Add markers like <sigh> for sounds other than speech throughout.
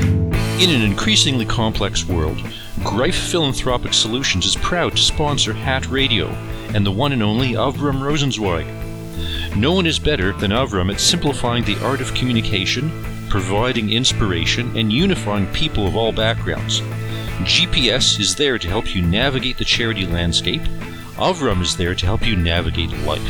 In an increasingly complex world, Greif Philanthropic Solutions is proud to sponsor Hat Radio and the one and only Avram Rosenzweig. No one is better than Avram at simplifying the art of communication, providing inspiration, and unifying people of all backgrounds. GPS is there to help you navigate the charity landscape. Avram is there to help you navigate life.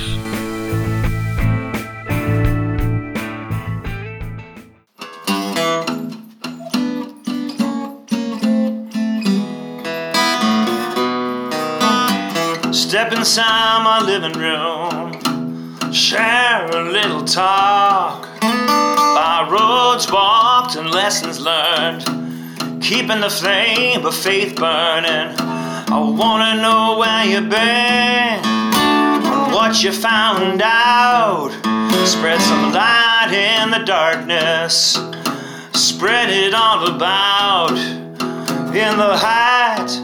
Step inside my living room, share a little talk. By roads walked and lessons learned, keeping the flame of faith burning. I wanna know where you've been, and what you found out. Spread some light in the darkness, spread it all about. In the height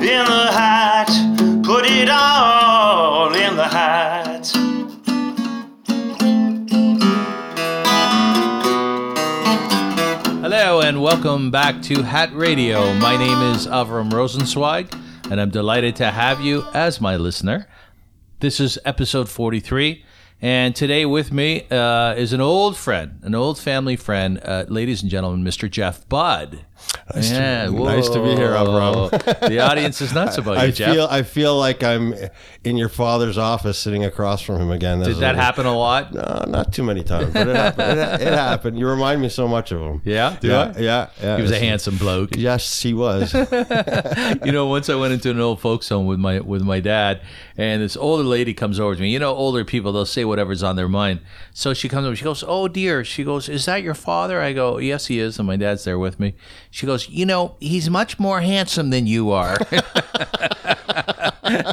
in the hat, put it all in the hat. Hello and welcome back to Hat Radio. My name is Avram Rosenzweig, and I'm delighted to have you as my listener. This is episode 43, and today with me uh, is an old friend, an old family friend, uh, ladies and gentlemen, Mr. Jeff Budd. to- nice to be here, Avram. whoa. the audience is nuts about you, <laughs> I Oh, Jeff. feel I feel like I'm in your father's office, sitting across from him again. Did that happen a lot? No, not too many times, but it happened. It, it happened. You remind me so much of him. <laughs> Yeah? Do yeah, I? yeah, yeah. He was a handsome bloke. <laughs> Yes, <laughs> he was. you know, once I went into an old folks home with my with my dad, and this older lady comes over to me. You know, older people they'll say whatever's on their mind. So she comes over. She goes, "Oh dear." She goes, "Is that your father?" I go, "Yes, he is." And my dad's there with me. She goes, "You know, he's much more handsome than you are." <laughs>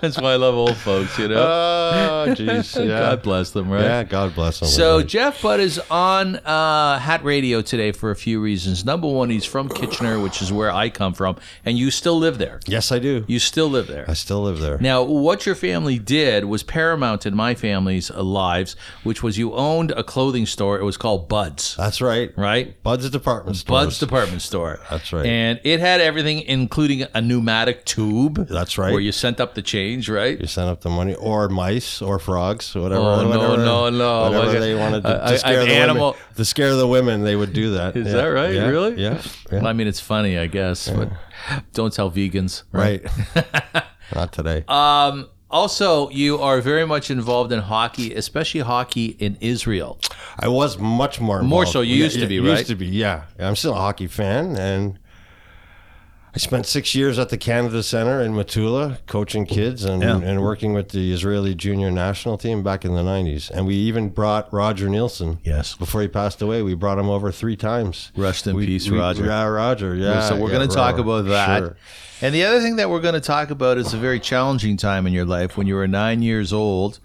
That's why I love old folks. You know, oh, jeez. <laughs> Yeah. God bless them, right? Yeah, God bless him. So Right. Jeff Butt is on uh, Hat Radio today for a few reasons. Number one, he's from Kitchener, which is where I come from, and you still live there. yes, I do. You still live there. I still live there. Now, what your family did was paramount in my family's uh, lives, which was you owned a clothing store. It was called Bud's, That's right. right? Bud's department store. Bud's department store. That's right. And it had everything, including a pneumatic tube. That's right. Where you sent up the change, right? You send up the money, or mice, or frogs, whatever. Oh, no, whatever, no, no. Whatever Like, they wanted to, I- I- to scare an the animal- women. To scare the women, they would do that. Is Yeah, that right? yeah, Really? Yeah. yeah. Well, I mean, it's funny, I guess, but don't tell vegans, Right. <laughs> Not today. Um, also, you are very much involved in hockey, especially hockey in Israel. I was much more More involved. so, you Yeah, used to yeah, be, right? Used to be, yeah. I'm still a hockey fan, and I spent six years at the Canada Center in Matula, coaching kids and, and working with the Israeli junior national team back in the '90s. And we even brought Roger Nielsen. Yes. Before he passed away, we brought him over three times. Rest in We- peace, we- Roger. Yeah, Roger. Yeah. so we're yeah, going to talk Roger, about that. sure. And the other thing that we're going to talk about is a very challenging time in your life when you were nine years old.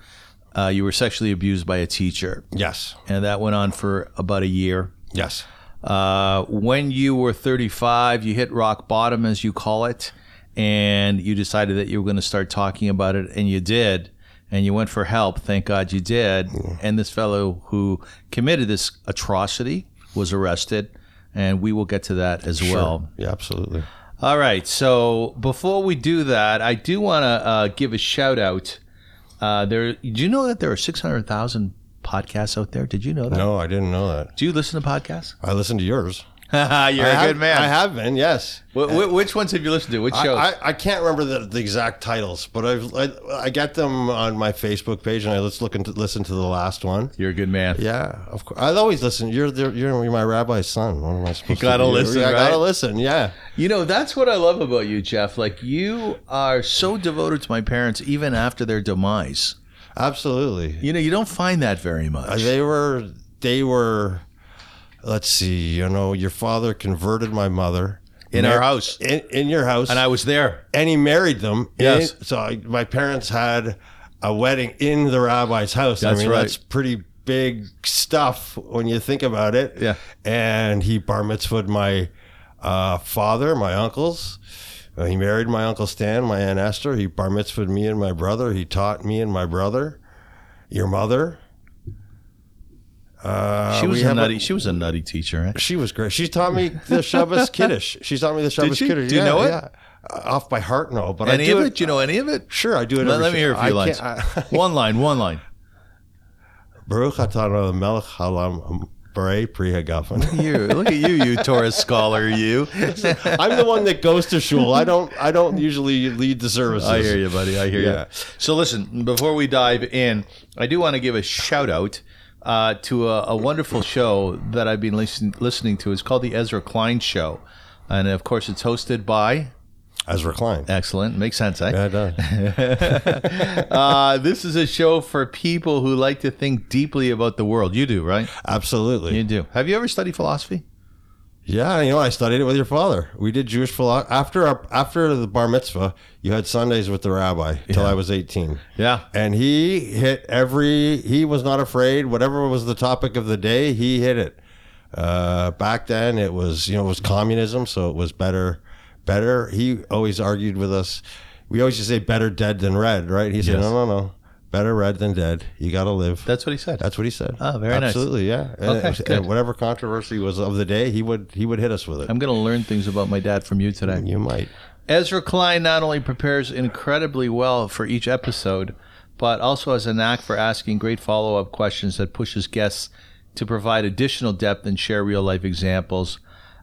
Uh, you were sexually abused by a teacher, Yes. and that went on for about a year. Yes. Uh, when you were 35, you hit rock bottom, as you call it, and you decided that you were going to start talking about it, and you did. And you went for help. Thank God you did. And this fellow who committed this atrocity was arrested, and we will get to that as well. Yeah. Absolutely. All right. So before we do that, I do want to uh, give a shout out. Uh, there, do you know that there are six hundred thousand podcasts out there? Did you know that? No, I didn't know that. Do you listen to podcasts? I listened to yours. <laughs> You're I a have- good man. I have been. Yes. Wh- wh- which ones have you listened to? Which shows? I, I, I can't remember the, the exact titles, but I've, I I got them on my Facebook page, and I let's look into listen to the last one. You're a good man. Yeah, of course. I always listen. You're the, you're my rabbi's son. What am I supposed to gotta do? listen, Yeah, I gotta right? listen. Yeah, You know, that's what I love about you, Jeff. Like you are so devoted to my parents, even after their demise. absolutely. You know, you don't find that very Uh, much. They were they were. Let's see. You know, your father converted my mother In our house. In, in your house, and I was there. and he married them. Yes. And so I, my parents had a wedding in the rabbi's house. That's I mean, right. that's pretty big stuff when you think about it. Yeah. And he bar mitzvahed my uh, father, my uncles. Uh, he married my uncle Stan, my aunt Esther. He bar mitzvahed me and my brother. He taught me and my brother. Your mother. Uh, She we was a have nutty. she was a nutty teacher, eh? right? She was great. She taught me the Shabbos Kiddush. She taught me the Shabbos she? Kiddush. Do you know it? Yeah. Uh, Off by heart, no. But I Any do of it. it? Do you know any of it? Sure, I do it. Let, every let me hear a Shabbat. few I lines. can't- I- one line. One line. <laughs> Baruch atah melech halam barei pri <laughs> hagafen. You look at you, you Torah scholar. You. I'm the one that goes to shul. I don't. I don't usually lead the services. I hear you, buddy. I hear Yeah. you. So listen, before we dive in, I do want to give a shout out uh, to a, a wonderful show that I've been listen, listening to. It's called the Ezra Klein Show, and of course, it's hosted by Ezra Klein. excellent. Makes sense, eh? Yeah, <laughs> I know. Uh, this is a show for people who like to think deeply about the world. You do, right? Absolutely. You do. Have you ever studied philosophy? Yeah, you know, I studied it with your father. We did Jewish philosophy after our, after the bar mitzvah. You had Sundays with the rabbi till I was eighteen. Yeah. and he hit every. He was not afraid. Whatever was the topic of the day, he hit it. Uh, back then, it was you know it was communism, so it was better. Better. He always argued with us. We always just say better dead than red, right? He said, Yes. no, no, no, better red than dead. You got to live. That's what he said. That's what he said. Oh, very nice. Absolutely, yeah. And, Okay, and good. whatever controversy was of the day, he would he would hit us with it. I'm going to learn things about my dad from you today. you might. Ezra Klein not only prepares incredibly well for each episode, but also has a knack for asking great follow up questions that pushes guests to provide additional depth and share real life examples.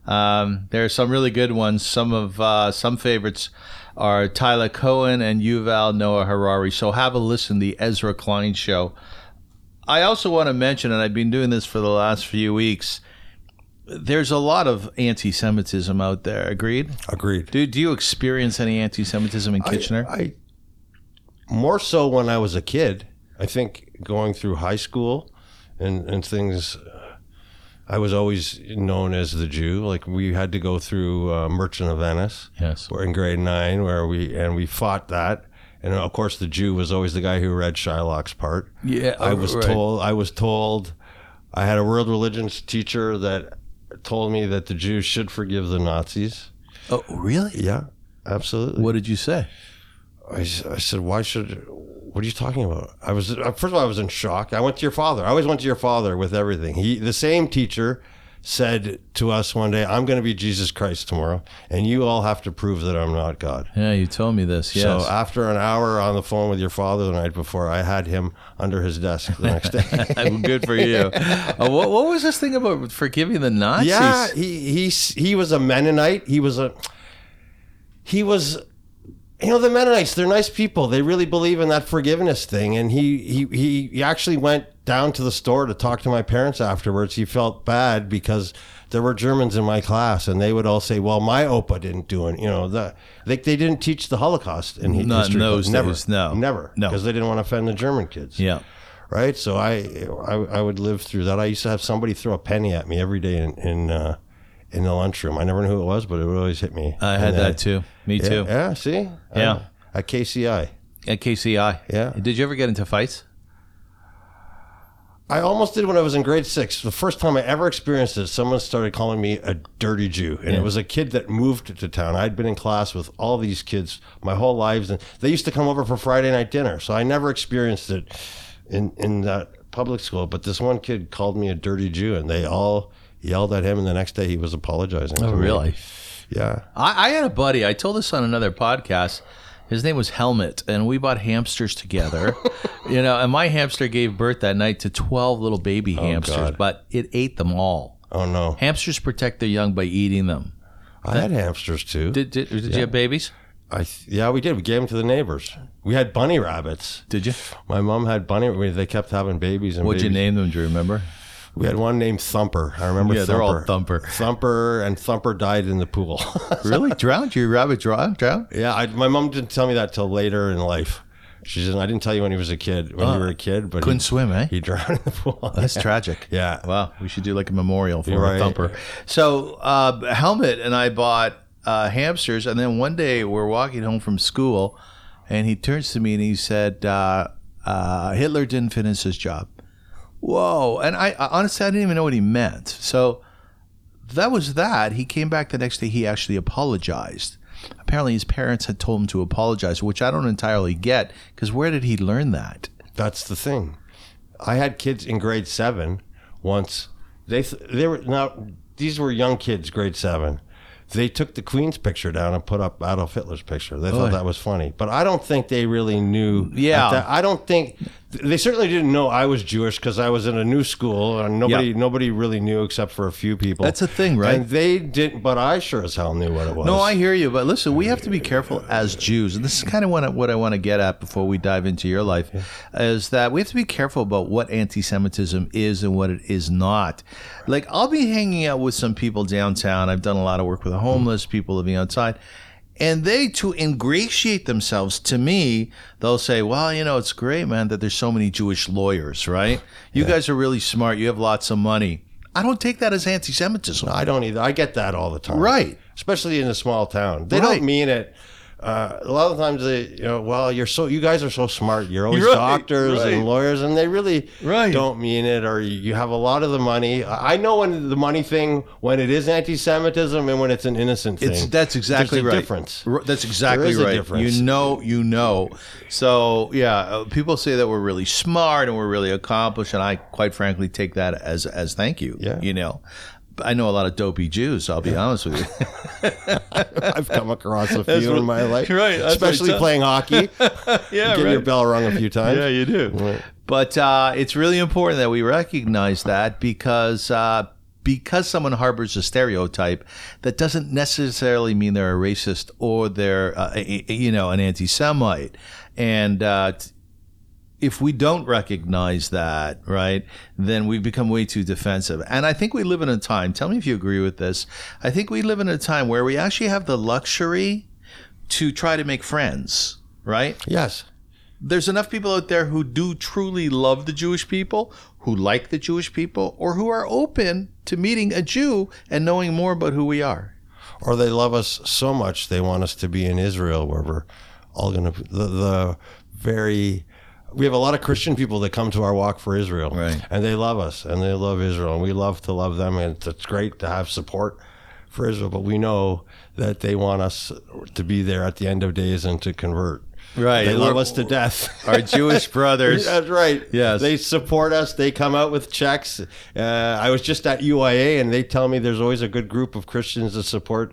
Um, there are some really good ones. Some of uh, some favorites are Tyler Cohen and Yuval Noah Harari. So have a listen. The Ezra Klein Show. I also want to mention, and I've been doing this for the last few weeks. There's a lot of anti-Semitism out there. Agreed. Agreed. Dude, do you experience any anti-Semitism in Kitchener? I, I more so when I was a kid. I think going through high school and and things. uh, I was always known as the Jew. Like we had to go through uh, Merchant of Venice. yes. We're in grade nine where we and we fought that. And of course, the Jew was always the guy who read Shylock's part. Yeah, I was right. told. I was told. I had a world religions teacher that told me that the Jews should forgive the Nazis. Oh, really? Yeah, absolutely. What did you say? I, s- I said, why should? What are you talking about? I was uh, first of all, I was in shock. I went to your father. I always went to your father with everything. He, the same teacher, said to us one day, "I'm going to be Jesus Christ tomorrow, and you all have to prove that I'm not God." Yeah, you told me this. Yes. So after an hour on the phone with your father the night before, I had him under his desk the next day. Good for <laughs> you. Uh, what, what was this thing about forgiving the Nazis? yeah, he he s- he was a Mennonite. He was a he was you know the Mennonites. They're nice people. They really believe in that forgiveness thing. And he he he, he actually went down to the store to talk to my parents afterwards. He felt bad because. There were Germans in my class, and they would all say, "Well, my opa didn't do it." You know, the, they they didn't teach the Holocaust in hi- Not in history. those never, days, no. never, No. because they didn't want to offend the German kids Yeah. right? So I, I I would live through that. I used to have somebody throw a penny at me every day in in, uh, in the lunchroom. I never knew who it was, but it would always hit me. I had And then- that too. Me Yeah, too. yeah, see, Yeah. Uh, at KCI. At KCI. Yeah. Did you ever get into fights? I almost did when I was in grade six. The first time I ever experienced it, someone started calling me a dirty Jew. And it was a kid that moved to town. I'd been in class with all these kids my whole lives. And they used to come over for Friday night dinner. So I never experienced it in, in that public school. But this one kid called me a dirty Jew, and they all yelled at him. And the next day he was apologizing. Oh, to me. Yeah. I, I had a buddy. I told this on another podcast. His name was Helmet, and we bought hamsters <laughs> together. you know, and my hamster gave birth that night to twelve little baby hamsters, Oh, God. but it ate them all. Oh, no. Hamsters protect their young by eating them. I had hamsters too. Did, did, did you have babies? I th- yeah, we did. We gave them to the neighbors. We had bunny rabbits. Did you? My mom had bunny. we- They kept having babies. And What'd you babies. name them? Do you remember? We had one named Thumper. I remember. Yeah, Thumper. they're all Thumper. Thumper and Thumper died in the pool. <laughs> Really? drowned? Your rabbit drown? Drown? yeah, I, my mom didn't tell me that till later in life. She said, "I didn't tell you when he was a kid. When you were a kid, but Uh, Couldn't he, swim, eh? he drowned in the pool." That's tragic. Yeah. Wow. We should do like a memorial for <laughs> You're a right. thumper. So, uh, Helmet and I bought uh, hamsters, and then one day we're walking home from school, and he turns to me and he said, uh, uh, "Hitler didn't finish his job." Whoa! And I, I honestly I didn't even know what he meant. So that was that. He came back the next day. He actually apologized. Apparently, his parents had told him to apologize, which I don't entirely get because where did he learn that? That's the thing. I had kids in grade seven once. They th- they were now these were young kids, grade seven. They took the Queen's picture down and put up Adolf Hitler's picture. They thought Oy. that was funny, but I don't think they really knew. Yeah. at that- I don't think they certainly didn't know I was Jewish because I was in a new school and nobody Yeah. nobody really knew except for a few people. That's a thing, right? And they didn't, but I sure as hell knew what it was. No, I hear you, but listen, we have to be careful as Jews, and this is kind of what I, what I want to get at before we dive into your life, is that we have to be careful about what anti-Semitism is and what it is not. Like, I'll be hanging out with some people downtown. I've done a lot of work with Mm-hmm. the homeless, people living outside. And they, to ingratiate themselves to me, they'll say, Well, you know, it's great, man, that there's so many Jewish lawyers, right? You guys are really smart. You have lots of money. I don't take that as anti Semitism. I don't either. I get that all the time. Right. Especially in a small town. They Right. don't mean it. Uh, a lot of times they, you know, well, you're so, you guys are so smart. You're <laughs> always Right, doctors right. and lawyers, and they really Right. don't mean it. Or you you have a lot of the money. I I know when the money thing, when it is anti-Semitism, and when it's an innocent thing. It's that's exactly There's <laughs> a right. Difference. R- That's exactly There is a right. difference. You know, you know. So yeah, uh, people say that we're really smart and we're really accomplished, and I quite frankly take that as as thank you. Yeah. you know. But I know a lot of dopey Jews. I'll be honest <laughs> with you. I've come across a few what- in my <laughs> life, Right, that's what it Especially does. <laughs> playing hockey, yeah, getting your bell rung <laughs> a few times. Yeah, you do. Right. But uh, it's really important that we recognize that because uh, because someone harbors a stereotype, that doesn't necessarily mean they're a racist or they're uh, a- a- you know an anti-Semite. And uh, t- if we don't recognize that, right, then we become way too defensive. And I think we live in a time. Tell me if you agree with this. I think we live in a time where we actually have the luxury to try to make friends, right? Yes. there's enough people out there who do truly love the Jewish people, who like the Jewish people, or who are open to meeting a Jew and knowing more about who we are. or they love us so much they want us to be in Israel where we're all going to the, the very we have a lot of Christian people that come to our walk for Israel Right. and they love us and they love Israel and we love to love them and it's great to have support for Israel but we know that they want us to be there at the end of days and to convert Right. they love We're- us to death Our <laughs> Jewish brothers. That's right. Yes. They support us. They come out with checks. Uh, I was just at UIA and they tell me there's always a good group of Christians that support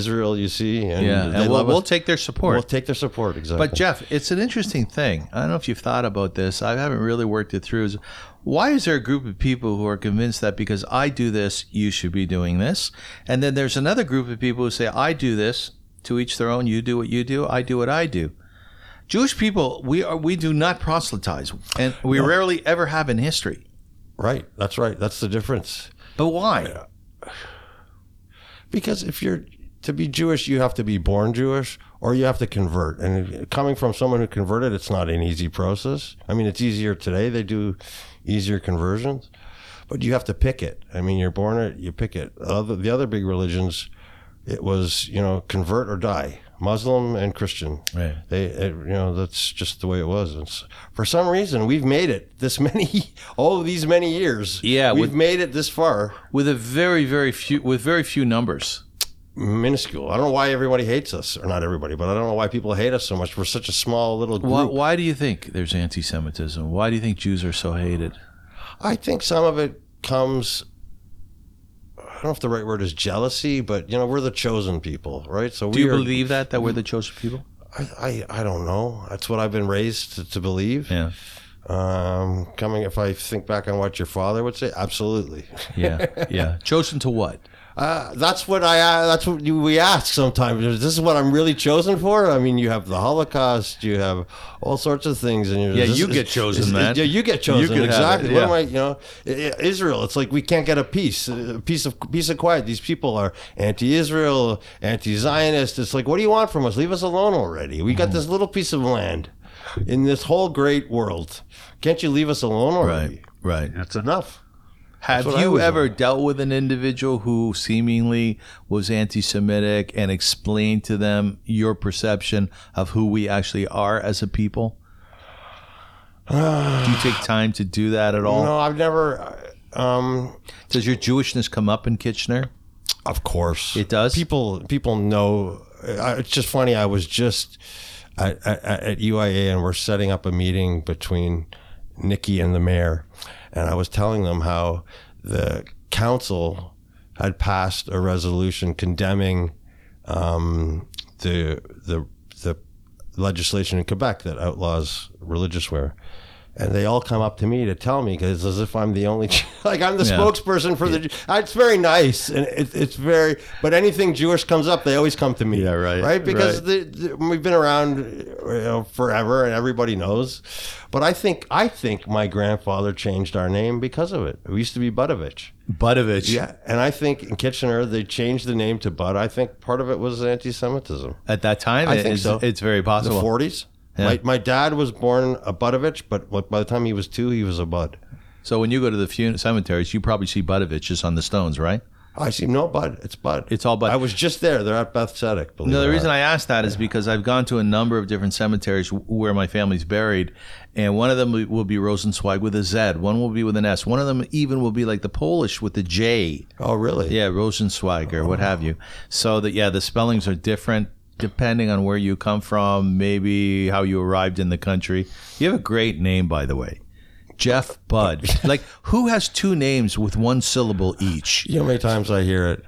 Israel, you see. And Yeah, they and we'll, love we'll us. take their support. We'll take their support, exactly. But Jeff, it's an interesting thing. I don't know if you've thought about this. I haven't really worked it through. Is Why is there a group of people who are convinced that because I do this, you should be doing this? And then there's another group of people who say, I do this, to each their own, you do what you do, I do what I do. Jewish people, we are we do not proselytize, and we rarely ever have in history. right. That's right. That's the difference. But why? Because if you're to be Jewish, you have to be born Jewish or you have to convert. And coming from someone who converted, it's not an easy process. I mean, it's easier today. They do easier conversions, but you have to pick it. I mean, you're born it, you pick it. Other, the other big religions, it was, you know, convert or die. Muslim and Christian. Right. They, it, you know, that's just the way it was. It's, for some reason, we've made it this <laughs> many, oh, these many years. Yeah, We've with- made it this far With a very very few with very few numbers. minuscule. I don't know why everybody hates us, or not everybody, but I don't know why people hate us so much. We're such a small little group. Why, why do you think there's anti-Semitism? Why do you think Jews are so hated? I think some of it comes. I don't know if the right word is jealousy, but you know we're the chosen people, right? So Do you we are- believe that that we're the chosen people? I, I I don't know. That's what I've been raised to, to believe. Yeah. Um, coming, if I think back on what your father would say, absolutely. <laughs> Yeah, yeah. <laughs> Chosen to what? Uh, that's what I. Uh, that's what you, we ask sometimes. Is this what I'm really chosen for? I mean, you have the Holocaust. You have all sorts of things. And you're, Yeah, this you is- get chosen, is- man. Yeah, you get chosen. You could have it, exactly. What yeah. am I? You know, I- I- Israel. It's like we can't get a peace, a piece of peace of quiet. These people are anti-Israel, anti-Zionist. It's like, what do you want from us? Leave us alone already. We got Mm-hmm. this little piece of land in this whole great world. Can't you leave us alone already? right. That's enough. Have what I you was ever dealt with an individual who seemingly was anti Semitic and explained to them your perception of who we actually are as a people? Do you take time to do that at all? No, I've never. uh, Um, Does your Jewishness come up in Kitchener? Of course, It does? People people know. uh, I- It's just funny. I was just at, at, at UIA, and we're setting up a meeting between Nikki and the mayor, and I was telling them how the council had passed a resolution condemning um, the the the legislation in Quebec that outlaws religious wear. And they all come up to me to tell me because as if I'm the only, <laughs> like I'm the Yeah. spokesperson for the. It's very nice and it, it's very, but anything Jewish comes up, they always come to me. Yeah, right, Right, because right. The, the, we've been around you know, forever and everybody knows. But I think I think my grandfather changed our name because of it. We used to be Budovich. Budovich. Yeah, and I think in Kitchener they changed the name to Bud. I think part of it was anti-Semitism. At that time, I it- think it's, so. it's very The possible. forties. Yeah. My, my dad was born a Budovich, but like, by the time he was two, he was a Bud. so when you go to the fun- cemeteries, you probably see Budovich just on the stones, right? I see no Bud. It's Bud. It's all Bud. I was just there. They're at Beth Sedek. Believe No, it the or reason not. I asked that is because I've gone to a number of different cemeteries w- where my family's buried, and one of them will- will be Rosenzweig with a Z, one will be with an S, one of them even will be like the Polish with the J. oh really? Yeah, Rosenzweig or what have you. So that yeah, the spellings are different depending on where you come from, maybe how you arrived in the country. You have a great name, by the way. Jeff Budd. <laughs> like who has two names with one syllable each? You know how many times I hear it?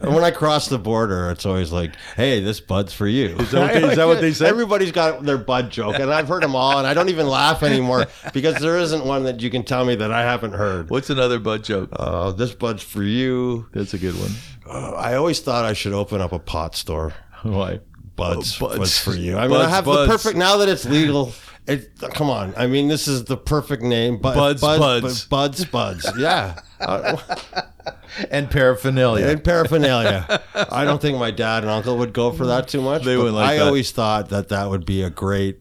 And when I cross the border, it's always like, hey, this bud's for you. Is that what they- is that what <laughs> they say? Everybody's got their bud joke, and I've heard them all, and I don't even <laughs> laugh anymore because there isn't one that you can tell me that I haven't heard. What's another Bud joke? Uh, this bud's for you. That's a good one. Uh, I always thought I should open up a pot store. Why? Buds, Oh, Bud's. was for you. I mean, Bud's, I have Bud's. the perfect, now that it's legal. It, come on. I mean, this is the perfect name. Bud, Bud's, Buds. Buds. Buds, <laughs> Buds. Yeah. Uh, And paraphernalia. and paraphernalia. <laughs> I don't think my dad and uncle would go for that too much. They but wouldn't like I that. always thought that that would be a great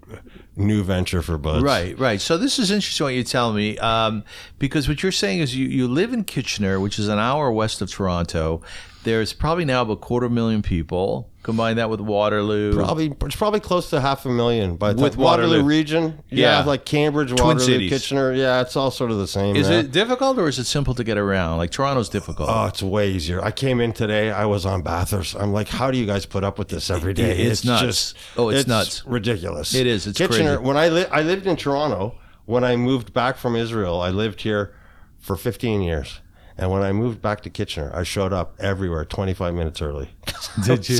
new venture for Buds. Right, right. So this is interesting what you tell me, um, because what you're saying is you, you live in Kitchener, which is an hour west of Toronto. There's probably now about a quarter million people. Combine that with Waterloo. Probably it's probably close to half a million by the With time- Waterloo. Waterloo. region. Yeah, Yeah. like Cambridge, Waterloo, cities. Kitchener. Yeah, it's all sort of the same. Is yeah. it difficult or is it simple to get around? Like Toronto's difficult. <laughs> Oh, it's way easier. I came in today. I was on Bathurst. I'm like, how do you guys put up with this every day? It- it's nuts. Oh, it's nuts. Ridiculous. It is. It's Kitchener. crazy. When I li- I lived in Toronto. When I moved back from Israel, I lived here for 15 years. And when I moved back to Kitchener, I showed up everywhere 25 minutes early. <laughs> <laughs> Did you?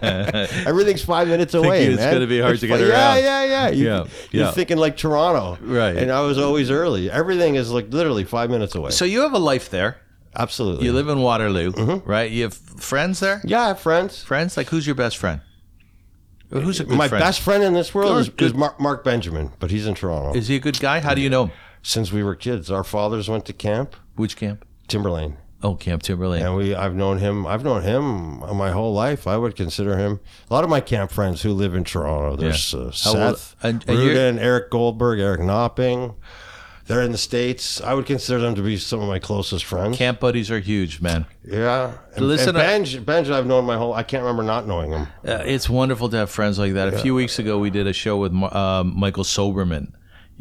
Everything's five minutes away. Thinking it's man. gonna be hard to get fi- around. Yeah, yeah, yeah. You, Yeah, You're yeah. thinking like Toronto, Right. And I was always early. Everything is like literally five minutes <laughs> away. so you have a life there. Absolutely. You live in Waterloo, Mm-hmm. right? You have friends there. yeah, I have friends. Friends like who's your best friend? Or Who's a good My friend? best friend in this world Good, is, is good. Mark, Mark Benjamin, but he's in Toronto. Is he a good guy? How do you know him? Since we were kids, our fathers went to camp Which camp? Timberlane, Oh, Camp Timberlane. and we I've known him. I've known him my whole life. I would consider him. A lot of my camp friends who live in Toronto. There's uh, How old- Seth and- and, and you're- Rudin, Eric Goldberg, Eric Knopping. They're in the states. I would consider them to be some of my closest friends. Camp buddies are huge, man. Yeah, and, Listen, Listen, I- and Benj, Benj, I've known my whole. I can't remember not knowing him. Uh, it's wonderful to have friends like that. A few weeks ago, we did a show with Mar- um, Michael Soberman.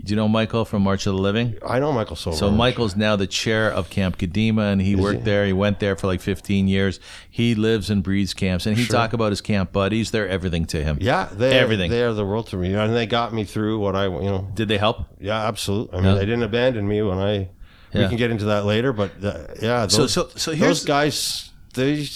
Do you know Michael from March of the Living? I know Michael Silver. So Michael's now the chair of Camp Kadima, and he worked there. He went there for like 15 years. He lives and breeds camps, and he talk about his camp buddies. They're everything to him. Yeah, they Everything. They are the world to me, and they got me through what I you know Did they help? Yeah, absolutely. I Yeah. mean, they didn't abandon me when I. Yeah. We can get into that later, but uh, yeah. Those, So- so- so here's- those guys. They,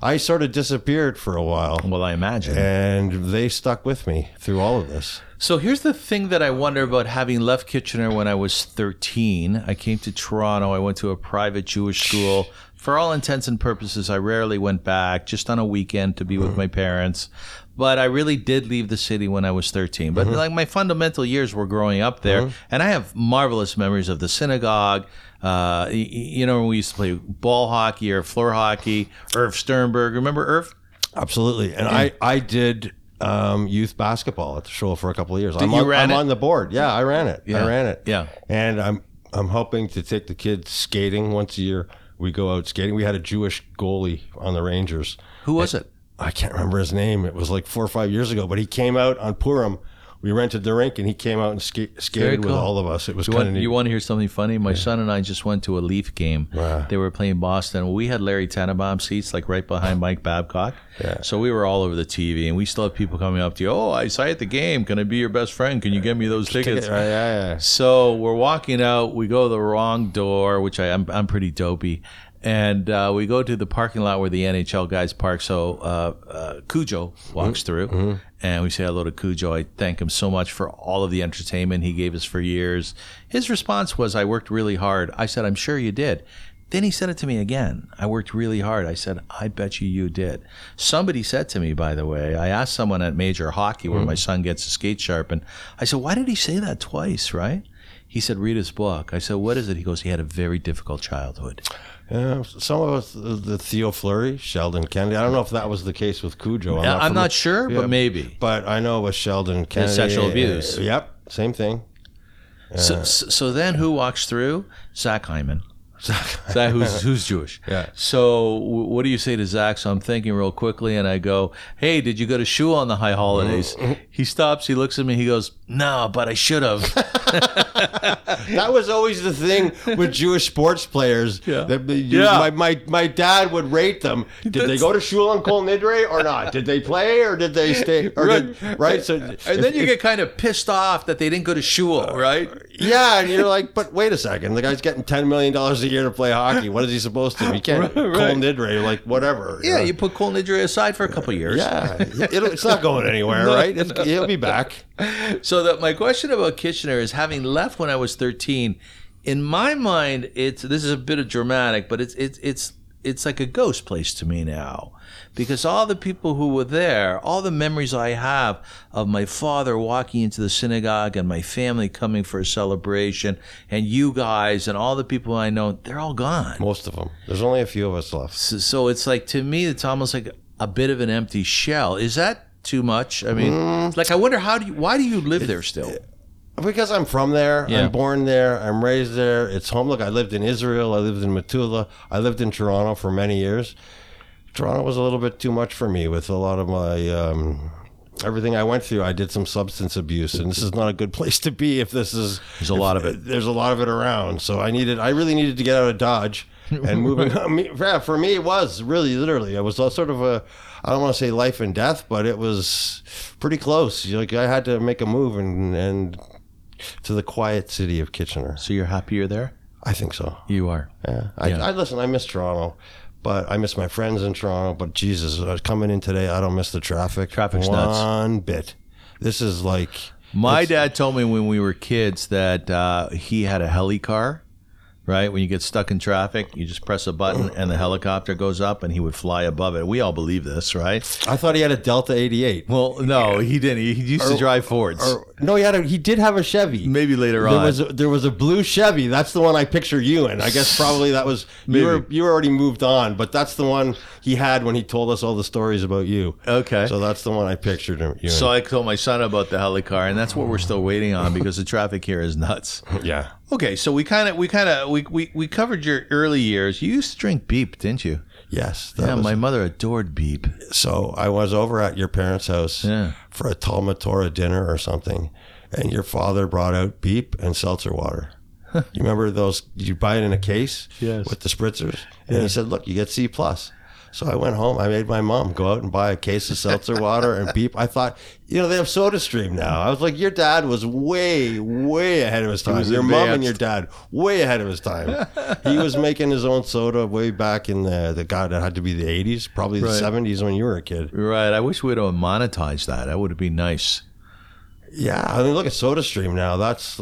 I sort of disappeared for a while, Well, I imagine. and they stuck with me through all of this. So here's the thing that I wonder about having left Kitchener when I was 13. I came to Toronto. I went to a private Jewish school. For all intents and purposes, I rarely went back, just on a weekend to be with my parents. But I really did leave the city when I was 13. But like my fundamental years were growing up there, and I have marvelous memories of the synagogue. Uh, y- y- you know, when we used to play ball hockey or floor hockey. Irv Sternberg, remember Irv? Absolutely, and I I did um, youth basketball at the show for a couple of years. I'm, you on, ran I'm it? on the board. Yeah, I ran it. Yeah. I ran it. Yeah. and I'm I'm hoping to take the kids skating once a year. We go out skating. We had a Jewish goalie on the Rangers. Who was it? I can't remember his name. It was like four or five years ago, but he came out on Purim we rented the rink, and he came out and sk- skated cool. with all of us. It was You kind want, of neat. you want to hear something funny? My son and I just went to a Leaf game. Wow. They were playing Boston. We had Larry Tannenbaum seats like right <laughs> behind Mike Babcock. Yeah. So we were all over the TV, and we still have people coming up to you. Oh, I saw you at the game. Can I be your best friend? Can you get me those Ticket, tickets? right, yeah, yeah. So we're walking out. We go the wrong door, which I, I'm I'm pretty dopey, and uh, we go to the parking lot where the NHL guys park. So uh, uh, Cujo walks through, and we say hello to Cujo. I thank him so much for all of the entertainment he gave us for years. His response was, "I worked really hard." I said, "I'm sure you did." Then he said it to me again. I worked really hard. I said, I bet you you did. Somebody said to me, by the way, I asked someone at Major Hockey where my son gets to skate sharpened. I said, why did he say that twice, right? He said, read his book. I said, what is it? He goes, he had a very difficult childhood. Yeah, some of us, the, the Theo Fleury, Sheldon Kennedy. I don't know if that was the case with Cujo. I'm, not, familiar- sure, Yeah, but maybe. But I know with Sheldon Kennedy. sexual uh, abuse. Yep, same thing. so, so so then who walks through? Zach Hyman. Zach, who's, who's Jewish. Yeah. So w- what do you say to Zach? So I'm thinking real quickly, and I go, "Hey, did you go to shul on the high holidays?" Mm-hmm. he stops. He looks at me. He goes, "No, but I should <laughs> have." That was always the thing <laughs> with Jewish sports players. Yeah. That they- you- Yeah. My, my, my dad would rate them. Did they That's- go to shul on Kol Nidre or not? Did they play or did they stay? <laughs> Or right. Did, right. So and then you get kind of pissed off that they didn't go to shul, Uh, right? yeah, and you're like, but wait a second, the guy's getting ten million dollars a year to play hockey. What is he supposed to? He can't <laughs> Right, right. Kol Nidre like whatever. Yeah, know? you put Cole Nidre aside for a couple years. <laughs> Yeah, It'll, it's not going anywhere, right? It's, He'll be back. So that my question about Kitchener is having left when I was 13, in my mind, it's this is a bit of dramatic, but it's it's it's it's like a ghost place to me now. Because all the people who were there, all the memories I have of my father walking into the synagogue and my family coming for a celebration and you guys and all the people I know, they're all gone. Most of them. There's only a few of us left. So, so it's like to me, it's almost like a bit of an empty shell. Is that too much? I mean, like I wonder how do you, why do you live there still? Because I'm from there. Yeah. I'm born there. I'm raised there. It's home. Look, I lived in Israel. I lived in Matula. I lived in Toronto for many years. Toronto was a little bit too much for me with a lot of my. Um, Everything I went through, I did some substance abuse, and this is not a good place to be. If this is, There's a lot of it. There's a lot of it around. So I needed, I really needed to get out of Dodge <laughs> and moving. I mean, yeah, for me, it was really literally. It was a sort of a, I don't want to say life and death, but it was pretty close. You know, Like I had to make a move and and to the quiet city of Kitchener. So you're happier there? I think so. You are. Yeah. I, Yeah. I listen. I miss Toronto. But I miss my friends in Toronto. But Jesus, I was coming in today. I don't miss the traffic. Traffic's one nuts. bit. This is like My dad told me when we were kids that uh, he had a heli car, right? When you get stuck in traffic, you just press a <clears throat> button and the helicopter goes up and he would fly above it. We all believe this, right? I thought he had a Delta eighty eight. Well, no, he didn't. He, he used to drive Fords. No, he had a, he did have a Chevy. Maybe later there on. was a, there was a blue Chevy. That's the one I picture you in. I guess probably that was you were you were already moved on, but that's the one he had when he told us all the stories about you. Okay. So that's the one I pictured him. You so in. I told my son about the heli car, and that's what we're still waiting on because the traffic here is <laughs> nuts. yeah. Okay, so we kind of we kind of we, we we covered your early years. You used to drink Beep, didn't you? Yes. That Yeah, was, my mother adored Beep. so I was over at your parents' house Yeah. for a Talmud Torah dinner or something, and your father brought out beep and seltzer water. you remember those? You buy it in a case Yes. with the spritzers, and he said, "Look, you get C plus." So I went home. I made my mom go out and buy a case of seltzer water and beep. I thought, you know, they have Soda Stream now. I was like, your dad was way, way ahead of his time. Your mom and your dad way ahead of his time. he was making his own soda way back in the the god it had to be the eighties, probably the Right. seventies when you were a kid. Right. I wish we'd have monetized that. That would have been nice. Yeah, I mean, look at SodaStream now. That's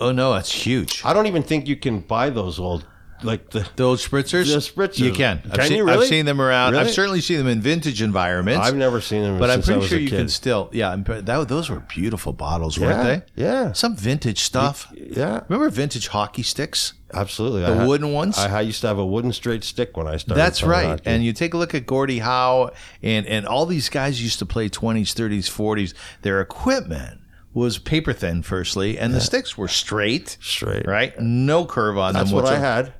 Oh no, that's huge. I don't even think you can buy those old like the. Those spritzers, The spritzers. you can. I've Can seen, you really? I've seen them around. Really? I've certainly seen them in vintage environments. I've never seen them, but I'm since I pretty was sure a you kid. can still. Yeah, I'm, pre- that, those were beautiful bottles, Yeah, weren't they? yeah, Some vintage stuff. yeah, Remember vintage hockey sticks? absolutely. The I had- wooden ones? I, I used to have a wooden straight stick when I started. That's playing right. hockey. And you take a look at Gordie Howe and, and all these guys used to play 20s, 30s, 40s. Their equipment was paper thin, firstly, and the sticks were straight, straight, right? No curve on That's them. what I whatsoever. had.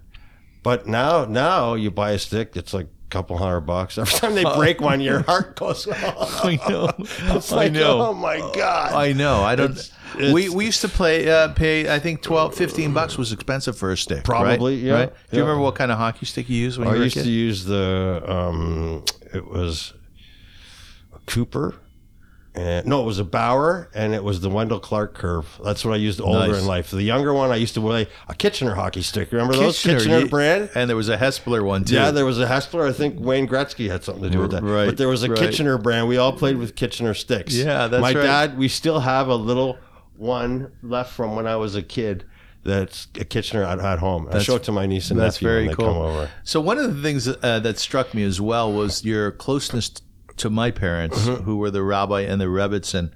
But now, now you buy a stick. It's like couple hundred bucks. <laughs> Every time they break <laughs> one, your heart goes. <laughs> I know. It's like, I know. oh my god! I know. I don't. It's- it's- we we used to play uh, pay. I think 12, 15 bucks was expensive for a stick. Probably, right? yeah, Right? Do you yeah. remember what kind of hockey stick you used when I you were a used kid? to use the um, it was a Cooper. And, no, it was a Bauer, and it was the Wendell Clark curve. That's what I used older Nice. in life. The younger one, I used to play a Kitchener hockey stick. Remember those Kitchener you- brand? and there was a Hespler one too. Yeah, there was a Hespler. I think Wayne Gretzky had something to do with that. Right, But there was a right. Kitchener brand. We all played with Kitchener sticks. Yeah, that's My right. dad, we still have a little one left from when I was a kid. That's a Kitchener at, at home. I show it to my niece and That's nephew very when they cool. come over. So one of the things uh, that struck me as well was your closeness t- to my parents, Mm-hmm. who were the rabbi and the rebbitzin,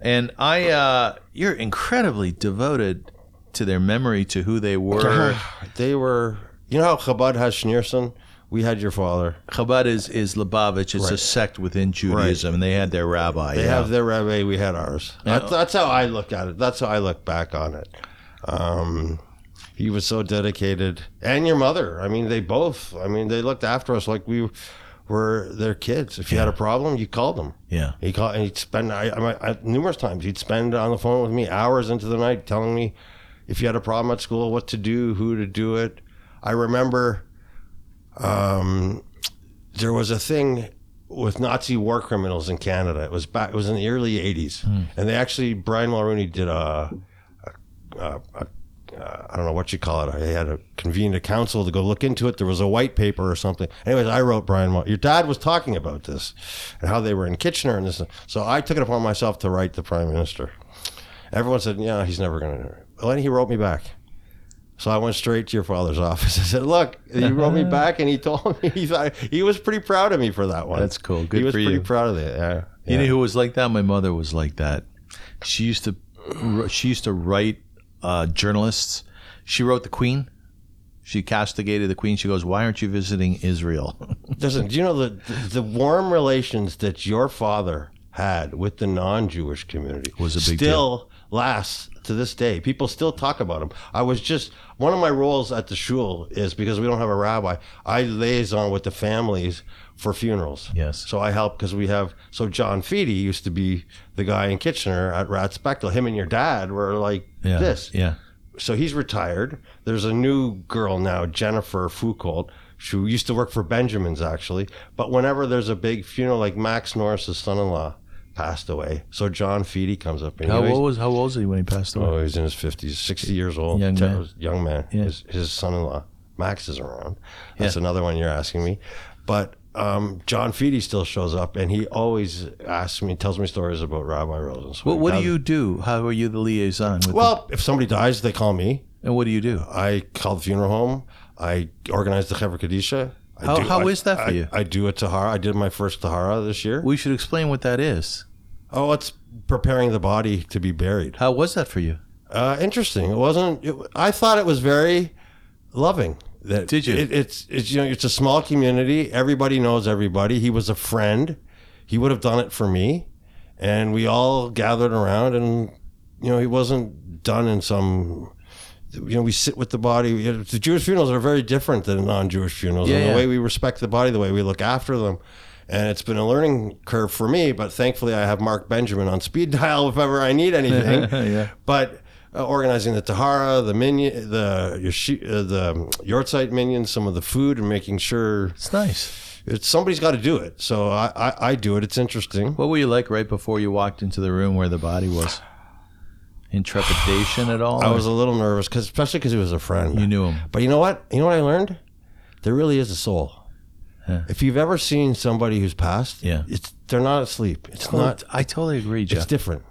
and I. Uh, you're incredibly devoted to their memory, to who Uh-huh. they were. They were, you know how Chabad has Schneerson? We had your father. Chabad is is Lubavitch. It's a sect within Judaism, and they had their rabbi. They yeah. have their rabbi, we had ours. That, that's how I look at it. That's how I look back on it. Um, he was so dedicated. And your mother. I mean, they both, I mean, they looked after us like we were their kids. If you had a problem, you called them. yeah. He called and he'd spend I, I, I, numerous times. He'd spend on the phone with me hours into the night telling me if you had a problem at school, what to do, who to do it. I remember um, there was a thing with Nazi war criminals in Canada. It was back. It was in the early '80s, and they actually Brian Mulrooney did a, a, a, a uh, I don't know what you call it. They had a convened a council to go look into it. There was a white paper or something. Anyways, I wrote Brian. Mul- Your dad was talking about this and how they were in Kitchener and this. So I took it upon myself to write the prime minister. Everyone said, "Yeah, he's never going to." Well, then he wrote me back. So I went straight to your father's <laughs> office. I said, "Look, he wrote Uh-huh. me back, and he told me <laughs> he thought he was pretty proud of me for that one. That's cool. Good he was for pretty you. proud of that. Yeah, You Yeah. know who was like that? My mother was like that. She used to, she used to write uh, journalists. She wrote the Queen. She castigated the Queen. She goes, "Why aren't you visiting Israel?" <laughs> Listen, do you know the the warm relations that your father had with the non-Jewish community Was a big still lasts to this day. People still talk about him. I was just one of my roles at the shul is because we don't have a rabbi. I liaison with the families for funerals. Yes. So I help because we have. So John Feedy used to be the guy in Kitchener at Rat Spectacle. Him and your dad were like yeah. this Yeah. so he's retired. There's a new girl now, Jennifer Foucault, who used to work for Benjamin's actually. But whenever there's a big funeral, like Max Norris's son-in-law passed away, so John Feedy comes up and he How always- old was How old was he when he passed away? Oh, he's in his 50s, 60 years old. Young Te- man. Young man. Yeah. His, his son-in-law, Max, is around. That's another one you're asking me. But um, John Feedy still shows up, and he always asks me, tells me stories about Rabbi Rosen. What, what do you do? How are you the liaison? With Well, if somebody dies, they call me. them? and what do you do? I call the funeral home. I organize the Hever Kadisha. I How- how I- is that for I- you? I do a Tahara. I did my first Tahara this year. We should explain what that is. oh, it's preparing the body to be buried. How was that for you? Uh, interesting. It wasn't. It, I thought it was very loving. That Did you? It, it's it's you know it's a small community. Everybody knows everybody. He was a friend. He would have done it for me, and we all gathered around. And you know he wasn't done in some. You know we sit with the body. You know, The Jewish funerals are very different than non-Jewish funerals. Yeah, and yeah. the way we respect the body, the way we look after them. And it's been a learning curve for me, but thankfully I have Mark Benjamin on speed <laughs> dial if ever I need anything <laughs> Yeah. but uh, organizing the tahara, the minion, the yeshi- uh, the um, yortzeit minions, some of the food, and making sure It's nice. it's, somebody's got to do it. So I, I, I do it. It's interesting. What were you like right before you walked into the room where the body <sighs> was? In trepidation at all? I was a little nervous, cause, especially because he was a friend. You knew him. But you know what? You know what I learned? There really is a soul. Yeah. If you've ever seen somebody who's passed, Yeah. it's they're not asleep. It's Oh, not. I totally agree, Jeff. It's different.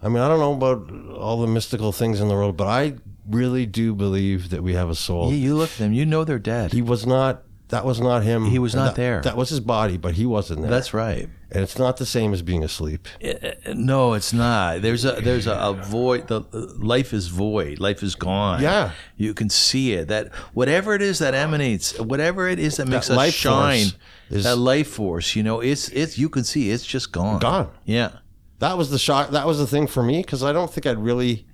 I mean, I don't know about all the mystical things in the world, but I really do believe that we have a soul. Yeah, you look at them. You know they're dead. He was not. That was not him. He was not That- there. That was his body, but he wasn't there. That's right. and it's not the same as being asleep. Eh, No, it's not. There's a there's a, a void. The uh, life is void. Life is gone. Yeah. you can see it. That whatever it is that emanates, whatever it is that makes us life shine, force is- that life force. You know, it's it's you can see it's just gone. Gone. Yeah. That was the shock. That was the thing for me because I don't think I'd really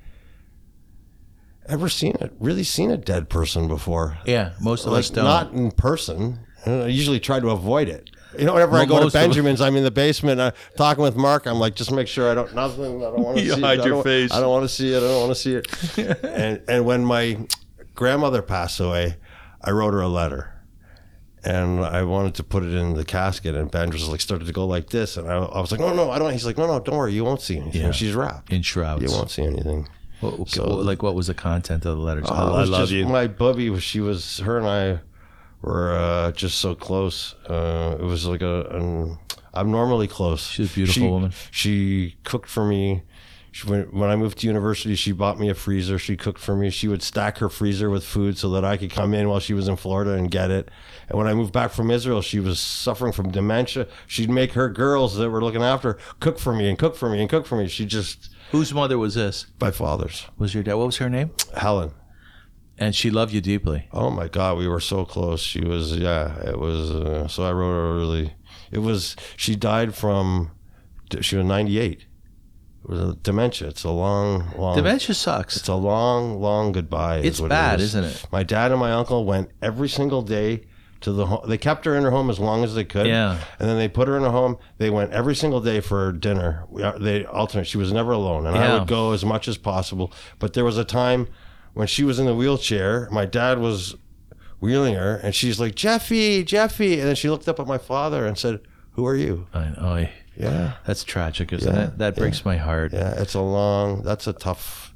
ever seen it. Really seen a dead person before. Yeah. Most of us Like don't. not in person. And I usually try to avoid it. You know, whenever I go to Most of- Benjamin's, I'm in the basement uh, talking with Mark. I'm like, just make sure I don't nothing. I don't want to <laughs> You see hide it. I your don't- face. I don't want to see it. I don't want to <laughs> see it. and and when my grandmother passed away, I wrote her a letter, and I wanted to put it in the casket. And Ben just like started to go like this, and I, I was like, no, no, I don't. He's like, no, no, don't worry, you won't see anything. She's wrapped. in shrouds. You won't see anything. What- what- So- like what was the content of the letters? Uh, Oh, it I was love just you. My bubby, was- she was her and I were uh, just so close. Uh, it was like a an abnormally close. She's a beautiful She- woman. She cooked for me. She, when, when I moved to university, she bought me a freezer. She cooked for me. She would stack her freezer with food so that I could come in while she was in Florida and get it. And when I moved back from Israel, she was suffering from dementia. She'd make her girls that were looking after her cook for me and cook for me and cook for me. She just Whose mother was this? my father's Was your dad? What was her name? Helen. And she loved you deeply. Oh my God, we were so close. She was, yeah, it was. Uh, so I wrote her a really. It was. She died from. She was ninety eight. It was a dementia. It's a long, long. Dementia sucks. It's a long, long goodbye. is It's what bad, it isn't it? My dad and my uncle went every single day to the. home. They kept her in her home as long as they could. Yeah. And then they put her in a home. They went every single day for dinner. We, uh, they alternate. She was never alone, and Yeah. I would go as much as possible. But there was a time when she was in the wheelchair. My dad was wheeling her, and she's like, "Jeffy, Jeffy," and then she looked up at my father and said, "Who are you?" I know. I- Yeah. That's tragic, isn't Yeah, it? That breaks my heart. Yeah. It's a long. That's a tough.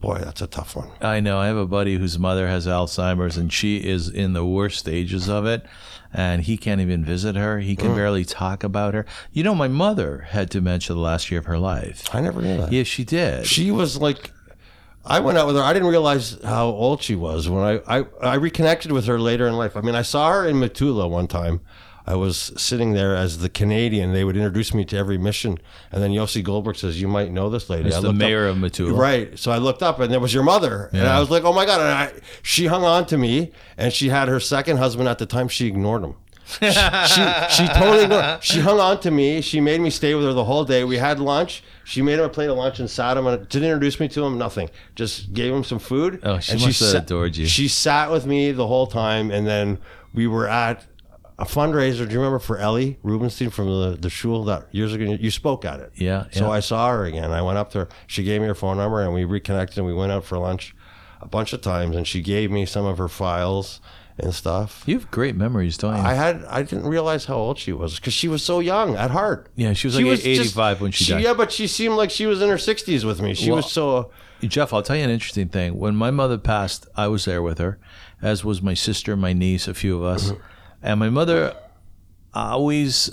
Boy, that's a tough one. I know. I have a buddy whose mother has Alzheimer's and she is in the worst stages of it. And he can't even visit her. He Mm. can barely talk about her. You know, my mother had dementia the last year of her life. I never knew that. Yeah, she did. she was like I went out with her. I didn't realize how old she was when I, I, I reconnected with her later in life. I mean, I saw her in Matula one time. I was sitting there as the Canadian. They would introduce me to every mission. And then Yossi Goldberg says, You might know this lady. It's I the looked up- mayor of Matula. Right. So I looked up and there was your mother. And Yeah. I was like, Oh my God. And I, she hung on to me and she had her second husband at the time. She ignored him she she totally ignored- she hung on to me. She made me stay with her the whole day. We had lunch. She made him a plate of lunch and sat him. And didn't introduce me to him. Nothing. Just gave him some food. Oh, she and must have sa- adored you. She sat with me the whole time, and then we were at a fundraiser. Do you remember for Ellie Rubenstein from the the shul that years ago? You spoke at it. <laughs> Yeah, So yeah. I saw her again. I went up to her. She gave me her phone number, and we reconnected. and We went out for lunch a bunch of times, and she gave me some of her files and stuff. You have great memories, don't you? I had I didn't realize how old she was because she was so young at heart. Yeah, she was like eight- 85 when she died. Yeah, but she seemed like she was in her sixties with me. She Well- was so Jeff, I'll tell you an interesting thing. When my mother passed, I was there with her, as was my sister, my niece, a few of us. And my mother always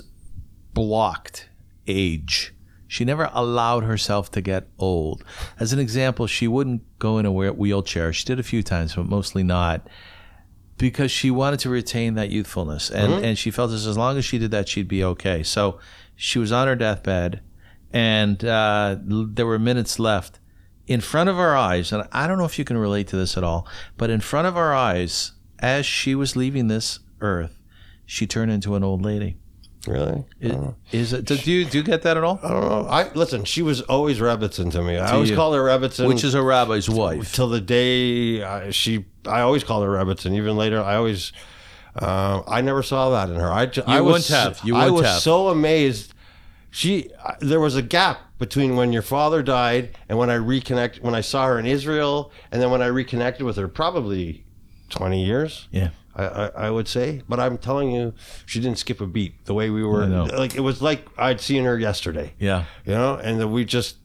blocked age. She never allowed herself to get old. As an example, she wouldn't go in a whe- wheelchair. She did a few times, but mostly not, because she wanted to retain that youthfulness. And, and she felt as, as long as she did that, she'd be okay. So she was on her deathbed, and uh, l- there were minutes left in front of our eyes, and I don't know if you can relate to this at all, but in front of our eyes, as she was leaving this earth, she turned into an old lady. really. It- Is it? Do you do you get that at all? Uh-huh. I don't know. I listen. She was always Rabbitson to me. I always you. call her Rabbitson, Which is a rabbi's wife. till the day I, she. I always call her Rabbitson. Even later, I always. Um, I never saw that in her. I, ju- I was wouldn't have. You I wouldn't was have. so amazed. She I- there was a gap between when your father died and when I reconnect when I saw her in Israel and then when I reconnected with her probably twenty years. Yeah. I, I, I would say, but I'm telling you, she didn't skip a beat. The way we were, I know. like it was like I'd seen her yesterday Yeah. you know, and then we just.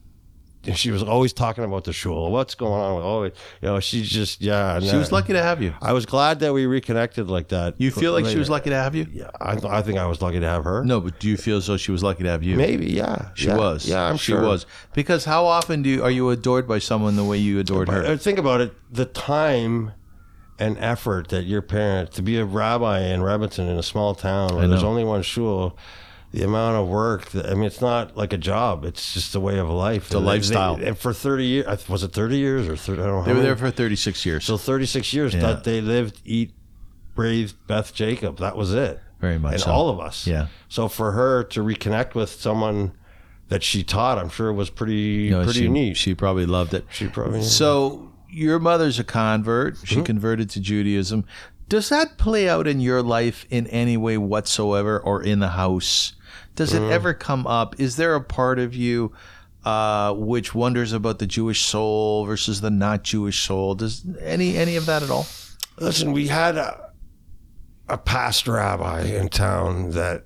She was always talking about the shul. What's going on? With, oh, you know, she's just yeah. She was lucky to have you. I was glad that we reconnected like that. You feel like she was Later. lucky to have you? Yeah, I, th- I think I was lucky to have her. No, but do you feel as though she was lucky to have you? maybe yeah. She Yeah. was. Yeah, I'm she sure was. Because how often do you, are you adored by someone the way you adored her? But think about it: the time and effort that your parent to be a rabbi in Robinson in a small town where there's know. only one shul. The amount of work. That, I mean, it's not like a job. It's just a way of life. It's a lifestyle. and for thirty years, was it thirty years or thirty? I don't know. They how were many- there for 36 years. So 36 years Yeah. that they lived, eat, breathed Beth Jacob. That was it. Very much And so. all of us. Yeah. So for her to reconnect with someone that she taught, I'm sure was pretty No, pretty she, neat. She probably loved it. She probably- Mm-hmm. So your mother's a convert. She converted to Judaism. Does that play out in your life in any way whatsoever or in the house? Does Mm. it ever come up? Is there a part of you uh, which wonders about the Jewish soul versus the not Jewish soul? Does any any of that at all? Listen, we had a, a past rabbi in town that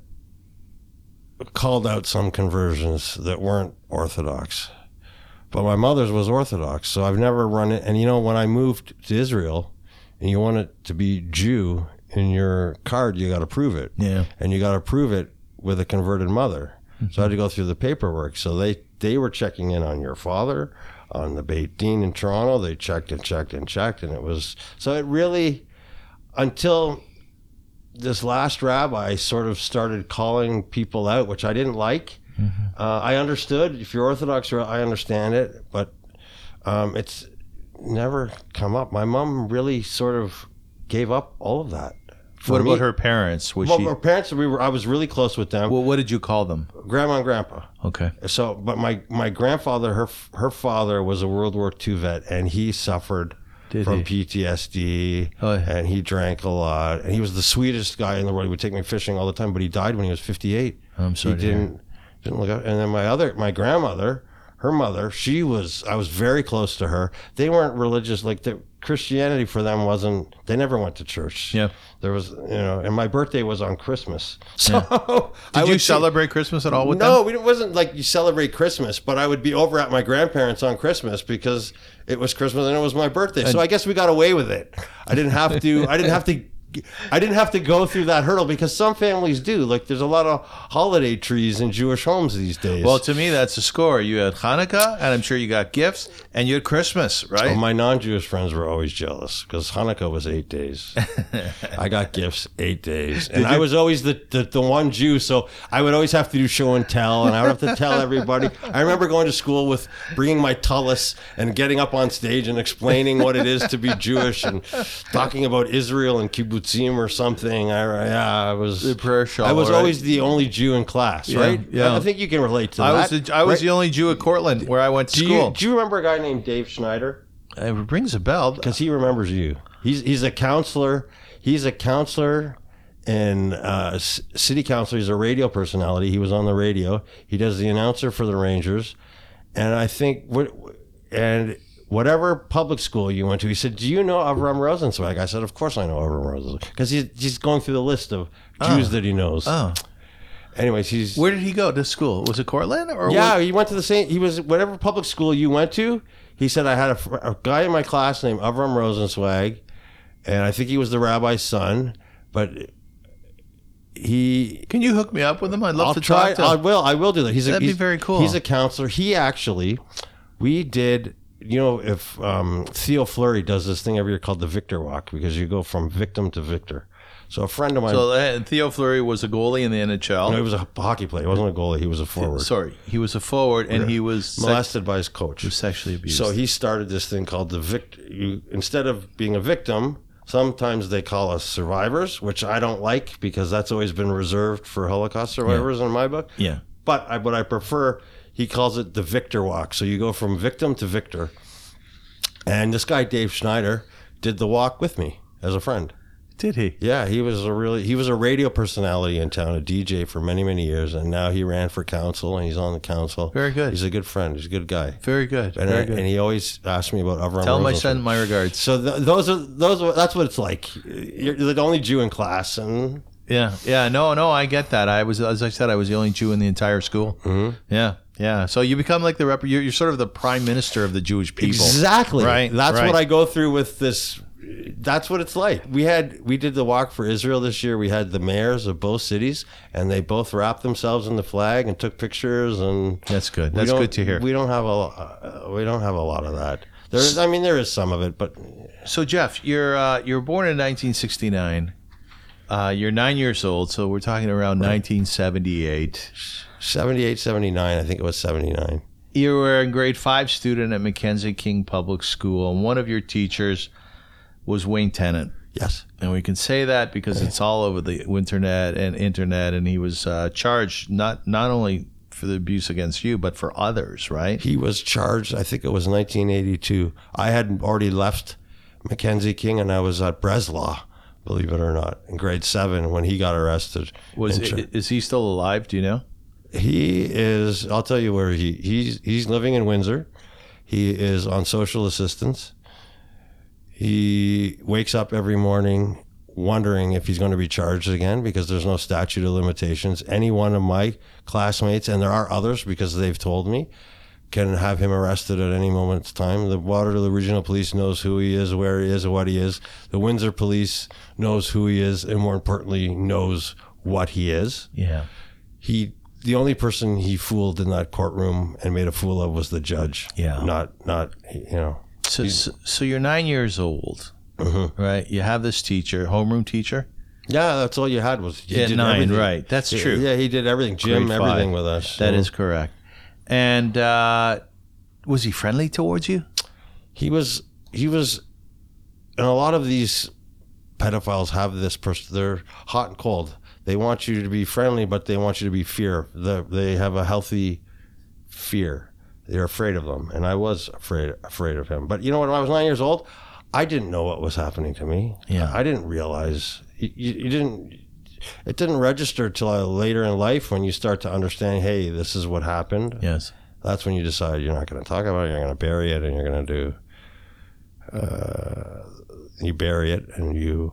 called out some conversions that weren't Orthodox. But my mother's was Orthodox, so I've never run it. And you know, when I moved to Israel, and you want it to be Jew in your card, you got to prove it, Yeah. and you got to prove it with a converted mother. So I had to go through the paperwork. So they they were checking in on your father, on the Beit Dean in Toronto. They checked and checked and checked, and it was so it really until this last rabbi sort of started calling people out, which I didn't like. Mm-hmm. Uh, I understood if you're Orthodox, you're- I understand it, but um, it's never come up. My mom really sort of gave up all of that. For What about me- her parents? Was Well, she? her parents, we were. I was really close with them, Well, what did you call them? grandma and grandpa. Okay. So, but my my grandfather, her her father was a World War II vet, and he suffered Did from PTSD, Oh, yeah. and he drank a lot, and he was the sweetest guy in the world. He would take me fishing all the time, but he died when he was fifty eight. I'm sorry. He to hear. didn't didn't look up. And then my other my grandmother, her mother, she was I was very close to her. They weren't religious like the Christianity for them wasn't. They never went to church. Yeah. There was you know, and my birthday was on Christmas, <laughs> so I Did you would see- celebrate Christmas at all with no, them? we- it wasn't like you celebrate Christmas, but I would be over at my grandparents on Christmas because it was Christmas and it was my birthday. So I guess we got away with it. I didn't have <laughs> to. I didn't have to. I didn't have to go through that hurdle because some families do. Like there's a lot of holiday trees in Jewish homes these days. Well, to me, that's the score. You had Hanukkah, and I'm sure you got gifts, and you had Christmas, right? Oh, my non-Jewish friends were always jealous because Hanukkah was eight days. I got gifts eight days, and I was always the, the the one Jew, so I would always have to do show and tell, and I would have to tell everybody. I remember going to school with bringing my tallis and getting up on stage and explaining what it is to be Jewish and talking about Israel and kibbutzim or something. I, yeah, I was The prayer shawl, I was right? always the only Jew in class, right? yeah. I, I think you can relate to I that. was the, I was right? the only Jew at Cortland where I went to do school. you, do you remember a guy named Dave Schneider? it rings a bell. because he remembers you. He's he's a counselor. He's a counselor and uh, s- city councilor. He's a radio personality. He was on the radio. He does the announcer for the Rangers, and I think what and whatever public school you went to, he said, "Do you know Avram Rosenzweig?" I said, "Of course I know Avram Rosenzweig," because he's he's going through the list of Jews that he knows. Oh. Anyways, he's Where did he go to school? Was it Cortland or yeah, he went to the same. He was whatever public school you went to. He said I had a, fr- a guy in my class named Avram Rosenzweig, and I think he was the rabbi's son. But he, Can you hook me up with him? I'd love I'll to try. talk to I him. will. I will do that. He's a, That'd be he's- very cool. He's a counselor. He actually, we did. You know, if um, Theo Fleury does this thing every year called the Victor Walk, because you go from victim to victor. So a friend of mine, So uh, Theo Fleury was a goalie in the NHL. no, he was a hockey player. He wasn't a goalie. He was a forward. Sorry, he was a forward, and he was sex- molested by his coach. sexually abused. So he started this thing called the vict. You instead of being a victim, sometimes they call us survivors, which I don't like because that's always been reserved for Holocaust survivors in my book. yeah. But I, but I prefer he calls it the victor walk. So you go from victim to victor. And this guy Dave Schneider did the walk with me as a friend. Did he? Yeah, he was a really he was a radio personality in town, a DJ for many many years, and now he ran for council and he's on the council. Very good. He's a good friend. He's a good guy. Very good. And, Very I- good. and he always asked me about Avram. Tell my Rosenfeld. son my regards. So th- those are those. Are, that's what it's like. You're the only Jew in class, and Yeah, yeah, no, no, I get that. I was, as I said, I was the only Jew in the entire school. Mm-hmm. Yeah, yeah. So you become like the rep. You're, you're sort of the prime minister of the Jewish people. exactly Right, That's right. what I go through with this. That's what it's like. We had we did the walk for Israel this year. We had the mayors of both cities, and they both wrapped themselves in the flag and took pictures. And That's good. we That's don't- good to hear. We don't have a uh, we don't have a lot of that. There is, I mean, there is some of it, but So Jeff, you're uh, you're born in 1969. Uh, you're nine years old, so we're talking around 1978. 78, 79, I think it was seventy nine. You were a grade five student at Mackenzie King Public School, and one of your teachers was Wayne Tennant. Yes. and we can say that because it's all over the internet and internet and he was uh, charged not not only for the abuse against you but for others right he was charged i think it was 1982 i had already left mackenzie king and i was at breslau believe it or not. In grade seven, when he got arrested, Was in Ch- i- is he still alive? Do you know? he is i'll tell you where he he's he's living in windsor he is on social assistance he wakes up every morning wondering if he's going to be charged again because there's no statute of limitations any one of my classmates and there are others because they've told me can have him arrested at any moment's time. The Waterloo Regional Police knows who he is, where he is, and what he is. The Windsor Police knows who he is, and more importantly, knows what he is Yeah. he the only person he fooled in that courtroom and made a fool of was the judge. Yeah. Not not you know. So, so, so you're nine years old, Mhm. right? You have this teacher, homeroom teacher. Yeah, that's all you had was he At did nine, everything. right? That's Yeah, true. Yeah, he did everything. Jim, Grade five. everything with us. Mm-hmm. That So is correct. And uh, was he friendly towards you? he was he was and a lot of these pedophiles have this person they're hot and cold. They want you to be friendly, but they want you to be fear. The, they have a healthy fear. They're afraid of them, and I was afraid afraid of him. But you know, when I was nine years old, I didn't know what was happening to me. Yeah. I didn't realize you, you, you didn't. It didn't register till I- later in life when you start to understand. Hey, this is what happened. Yes. That's when you decide you're not going to talk about it. You're going to bury it, and you're going to do. Uh, you bury it, and you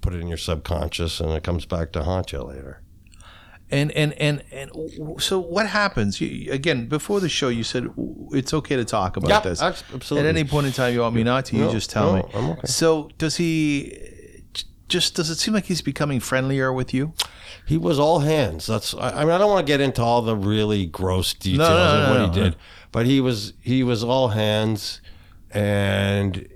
put it in your subconscious, and it comes back to haunt you later. And and and and w- so what happens? You, again, before the show, you said w- it's okay to talk about this. abs- absolutely. At any point in time you want me not to, you No, just tell no, me. I'm okay. So does he? j- Just does it seem like he's becoming friendlier with you? He was all hands. That's. I, I mean, I don't want to get into all the really gross details no, of no, what no. he did, but he was he was all hands, and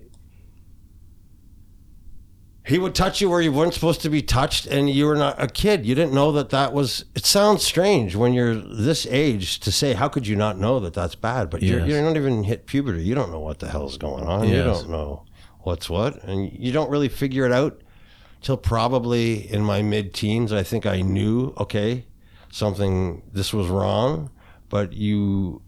he would touch you where you weren't supposed to be touched, and you were not a kid. You didn't know that that was. It sounds strange when you're this age to say, "How could you not know that that's bad?" But you're, Yes. you're not even hit puberty. You don't know what the hell's going on. You Yes. don't know what's what, and you don't really figure it out till probably in my mid teens, I think I knew, okay, something, this was wrong, but you,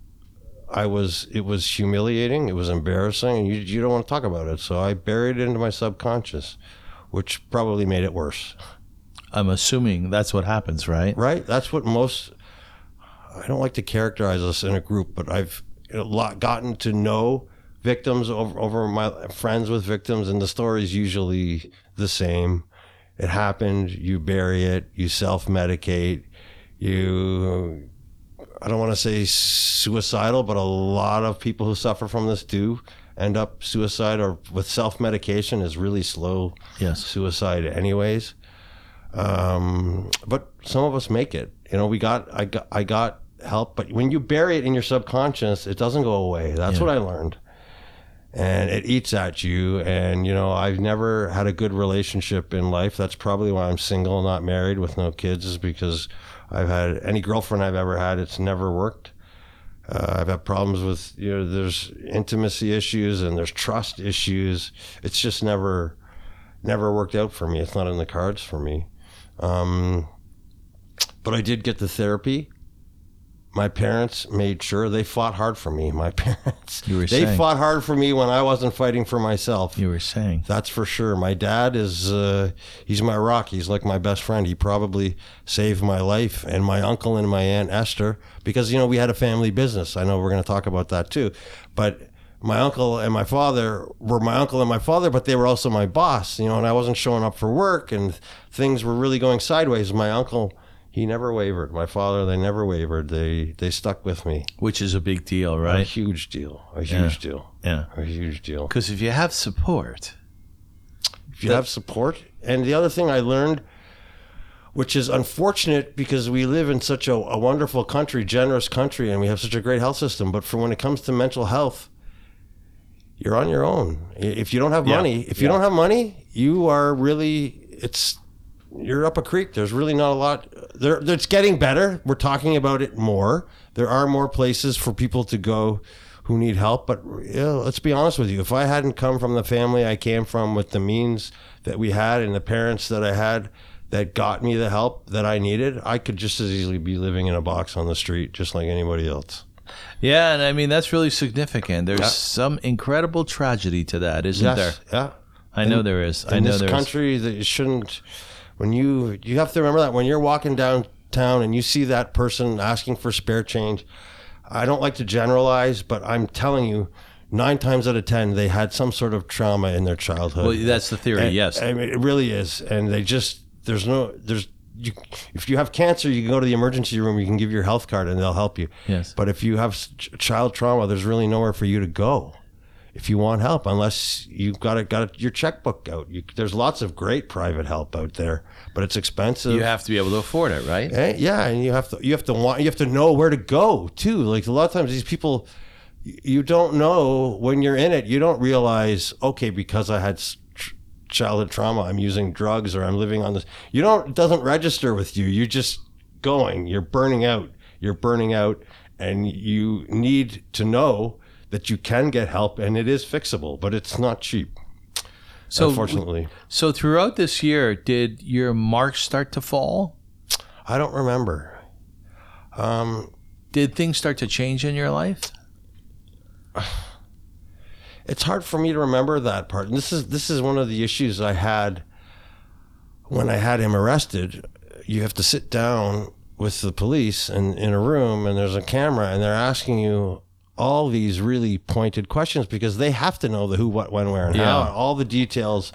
I was, it was humiliating, it was embarrassing, and you, you don't want to talk about it. So I buried it into my subconscious, which probably made it worse, I'm assuming that's what happens, right? right? That's what most, I don't like to characterize us in a group, but I've a lot gotten to know victims over, over my friends with victims, and the story is usually the same. It happened. You bury it. You self medicate. You, I don't want to say suicidal, but a lot of people who suffer from this do end up suicide or with self medication is really slow Yes. suicide, anyways. Um, but some of us make it. You know, we got I got I got help, but when you bury it in your subconscious, it doesn't go away. That's what I learned and it eats at you. And you know, I've never had a good relationship in life. That's probably why I'm single, not married, with no kids, is because I've had any girlfriend I've ever had. It's never worked. Uh, I've had problems with you know, there's intimacy issues and there's trust issues. It's just never, never worked out for me. It's not in the cards for me. Um, but I did get the therapy. My parents made sure they fought hard for me. My <laughs> parents, You were they saying. fought hard for me when I wasn't fighting for myself. You were saying. That's for sure. My dad is, uh, he's my rock. He's like my best friend. He probably saved my life. And my uncle and my aunt Esther, because, you know, we had a family business. I know we're going to talk about that too. But my uncle and my father were my uncle and my father, but they were also my boss, you know, and I wasn't showing up for work and things were really going sideways. My uncle, he never wavered. My father, they never wavered. They, they stuck with me. Which is a big deal, A right? huge deal. A huge deal. Yeah. A huge deal. Because if you have support, if you have support. And the other thing I learned, which is unfortunate because we live in such a, a wonderful country, generous country, and we have such a great health system. But for when it comes to mental health, you're on your own. I- If you don't have money, if you don't have money, you are really it's you're up a creek. There's really not a lot. There, it's getting better. We're talking about it more. There are more places for people to go who need help. But you know, let's be honest with you. If I hadn't come from the family I came from, with the means that we had and the parents that I had that got me the help that I needed, I could just as easily be living in a box on the street, just like anybody else. yeah, and I mean that's really significant. There's some incredible tragagedy to that, isn't there? Yeah. I know there is. I in know this there is. country that you shouldn't when you you have to remember that when you're walking downtown and you see that person asking for spare change i don't like to generalize but i'm telling you nine times out of ten they had some sort of trauma in their childhood Well, that's the theory. And- yes. I mean, it really is and they just there's no there's you, if you have cancer, you can go to the emergency room. You can give your health card, and they'll help you. Yes. But if you have s- ch- child trauma, there's really nowhere for you to go if you want help, unless you've got it, got it, your checkbook out. You, there's lots of great private help out there, but it's expensive. you have to be able to afford it, right? Eh, yeah, and you have to you have to want you have to know where to go too. Like a lot of times, these people, y- you don't know when you're in it. You don't realize okay because I had s- tr- childhood trauma, I'm using drugs or I'm living on this. You don't it doesn't register with you. You're just going. You're burning out. You're burning out, and you need to know that you can get help and it is fixable, but it's not cheap. So, unfortunately, so throughout this year, did your marks start to fall? I don't remember. Um, Did things start to change in your life? it's hard for me to remember that part. And this is this is one of the issues I had when I had him arrested. You have to sit down with the police and in a room, and there's a camera, and they're asking you all these really pointed questions because they have to know the who, what, when, where, and how, Yeah. and all the details.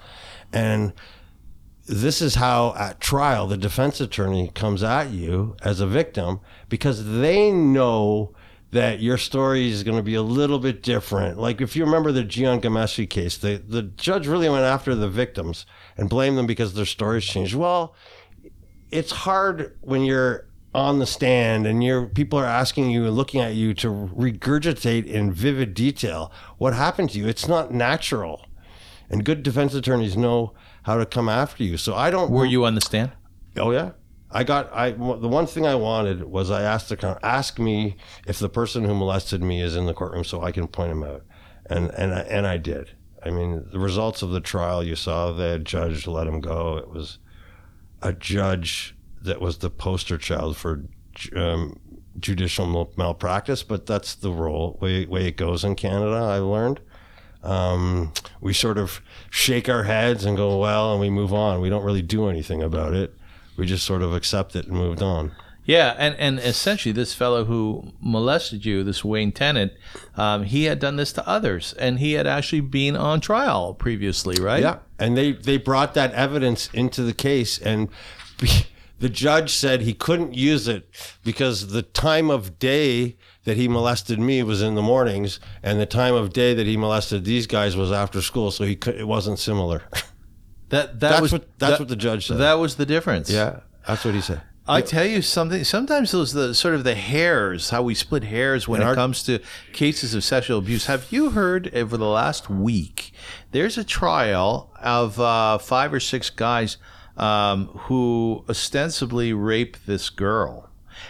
And this is how at trial the defense attorney comes at you as a victim because they know that your story is going to be a little bit different. Like if you remember the Gian Gameshi case, the, the judge really went after the victims and blamed them because their stories changed. Well, it's hard when you're on the stand and your people are asking you and looking at you to regurgitate in vivid detail what happened to you. It's not natural. And good defense attorneys know how to come after you. So I don't Were you on the stand? Oh yeah. I got I w- the one thing I wanted was I asked the con- ask me if the person who molested me is in the courtroom so I can point him out, and and I, and I did. I mean the results of the trial you saw the judge let him go. It was a judge that was the poster child for ju- um, judicial mal- malpractice, but that's the role way way it goes in Canada. I learned. Um, we sort of shake our heads and go well, and we move on. We don't really do anything about it we just sort of accept it and moved on. Yeah, and, and essentially, this fellow who molested you, this Wayne Tennant, um, he had done this to others, and he had actually been on trial previously, right? and they they brought that evidence into the case, and the judge said he couldn't use it because the time of day that he molested me was in the mornings, and the time of day that he molested these guys was after school, so he could, it wasn't similar. That that that's was what that's that- what the judge said. That was the difference. yeah, that's what he said. I tell you something. Sometimes those the sort of the hairs, how we split hairs when And it our- comes to cases of sexual abuse. Have you heard over the last week? There's a trial of uh, five or six guys um, who ostensibly raped this girl,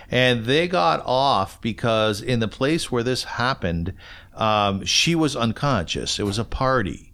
and they got off because in the place where this happened, um, she was unconscious. It was a party.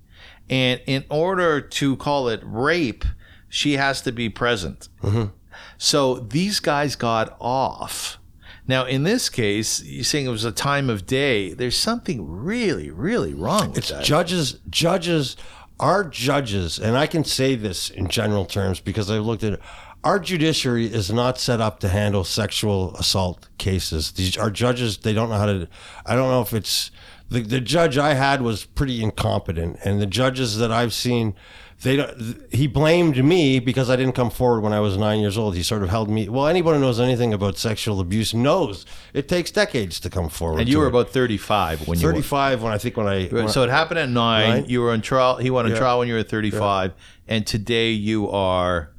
And in order to call it rape, she has to be present. Mm-hmm. So these guys got off. Now, in this case, you're saying it was a time of day. There's something really, really wrong with It's that. judges, judges, our judges, and I can say this in general terms because I've looked at it. Our judiciary is not set up to handle sexual assault cases. These, our judges, they don't know how to. I don't know if it's the, the judge I had was pretty incompetent, and the judges that I've seen, they don't. He blamed me because I didn't come forward when I was nine years old. He sort of held me. Well, anyone who knows anything about sexual abuse knows it takes decades to come forward. and you to were it. about 35 when you were. thirty-five when I think when I when I- So it happened at nine. Right. You were on trial. He went on trial when you were 35, and today you are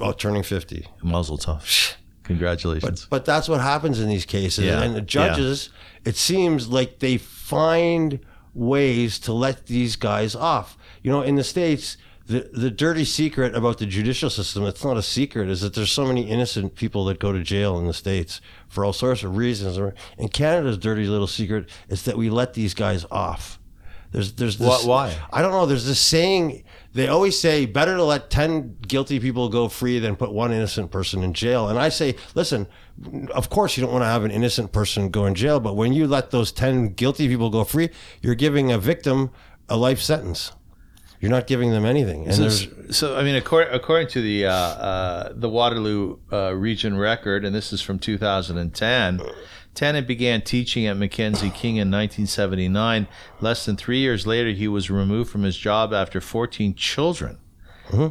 oh, turning 50. muzzle <laughs> tough. Congratulations. But that's what happens in these cases. Yeah. And the judges, it seems like they find ways to let these guys off. You know, in the States, the, the dirty secret about the judicial system, it's not a secret, is that there's so many innocent people that go to jail in the States for all sorts of reasons. And Canada's dirty little secret is that we let these guys off. There's, there's this, Why- why? I don't know. There's this saying they always say better to let 10 guilty people go free than put one innocent person in jail. And I say, listen, of course you don't want to have an innocent person go in jail, but when you let those 10 guilty people go free, you're giving a victim a life sentence. You're not giving them anything. And So, there's so, I mean, according, according to the uh, uh, the Waterloo uh, Region record, and this is from 2010, Tennant began teaching at Mackenzie King in 1979. Less than three years later, he was removed from his job after 14 children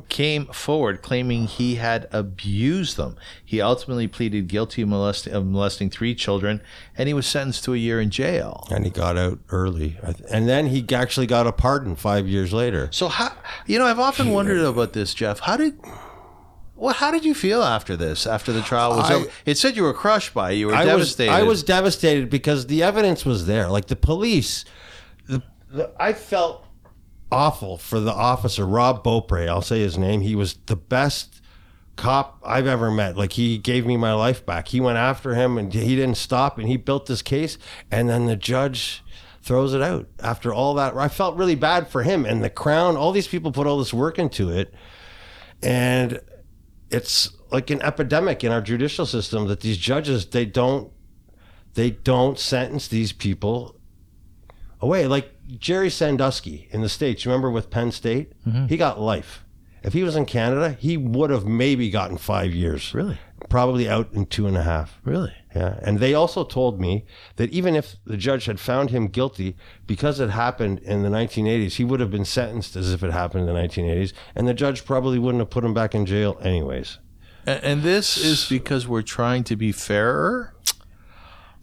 came forward claiming he had abused them. He ultimately pleaded guilty of molesting, of molesting three children, and he was sentenced to a year in jail. and he got out early, I th- and then he actually got a pardon five years later. So how you know I've often wondered about this, Jeff. How did well, how did you feel after this? After the trial was I- over, it said you were crushed by it. You were I devastated. was I was devastated because the evidence was there. Like the police, the, the I felt awful for the officer Rob Beaupre. I'll say his name. He was the best cop I've ever met. Like he gave me my life back. He went after him and he didn't stop and he built this case. And then the judge throws it out after all that. I felt really bad for him and the crown. All these people put all this work into it, and it's like an epidemic in our judicial system that these judges they don't they don't sentence these people away like jerry sandusky in the states remember with penn state he got life if he was in canada he would have maybe gotten five years really, probably out in two and a half really. yeah. And they also told me that even if the judge had found him guilty because it happened in the 1980s, he would have been sentenced as if it happened in the 1980s. And the judge probably wouldn't have put him back in jail, anyways. And, and this is because we're trying to be fairer.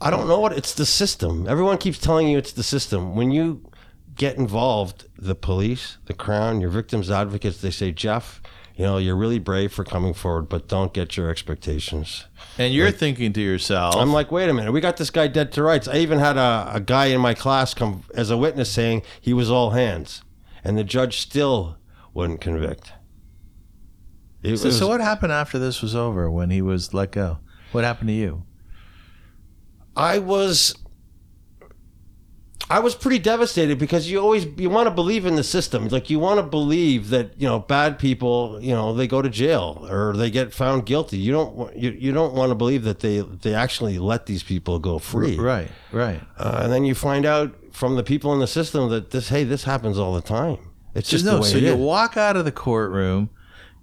I don't know what it's the system. Everyone keeps telling you it's the system. When you get involved, the police, the crown, your victims' advocates, they say, Jeff, you know, you're really brave for coming forward, but don't get your expectations. And you're thinking to yourself, I'm like, wait a minute, we got this guy dead to rights. I even had a, a guy in my class come as a witness saying he was all hands, and the judge still wouldn't convict. It so, so what happened after this was over? When he was let go, what happened to you? I was I was pretty devastated because you always you want to believe in the system. Like you want to believe that, you know, bad people, you know, they go to jail or they get found guilty. You don't wa- you, you don't want to believe that they they actually let these people go free. Right, right. Uh, and then you find out from the people in the system that this hey, this happens all the time. It's just no. the way So it you is. walk out of the courtroom.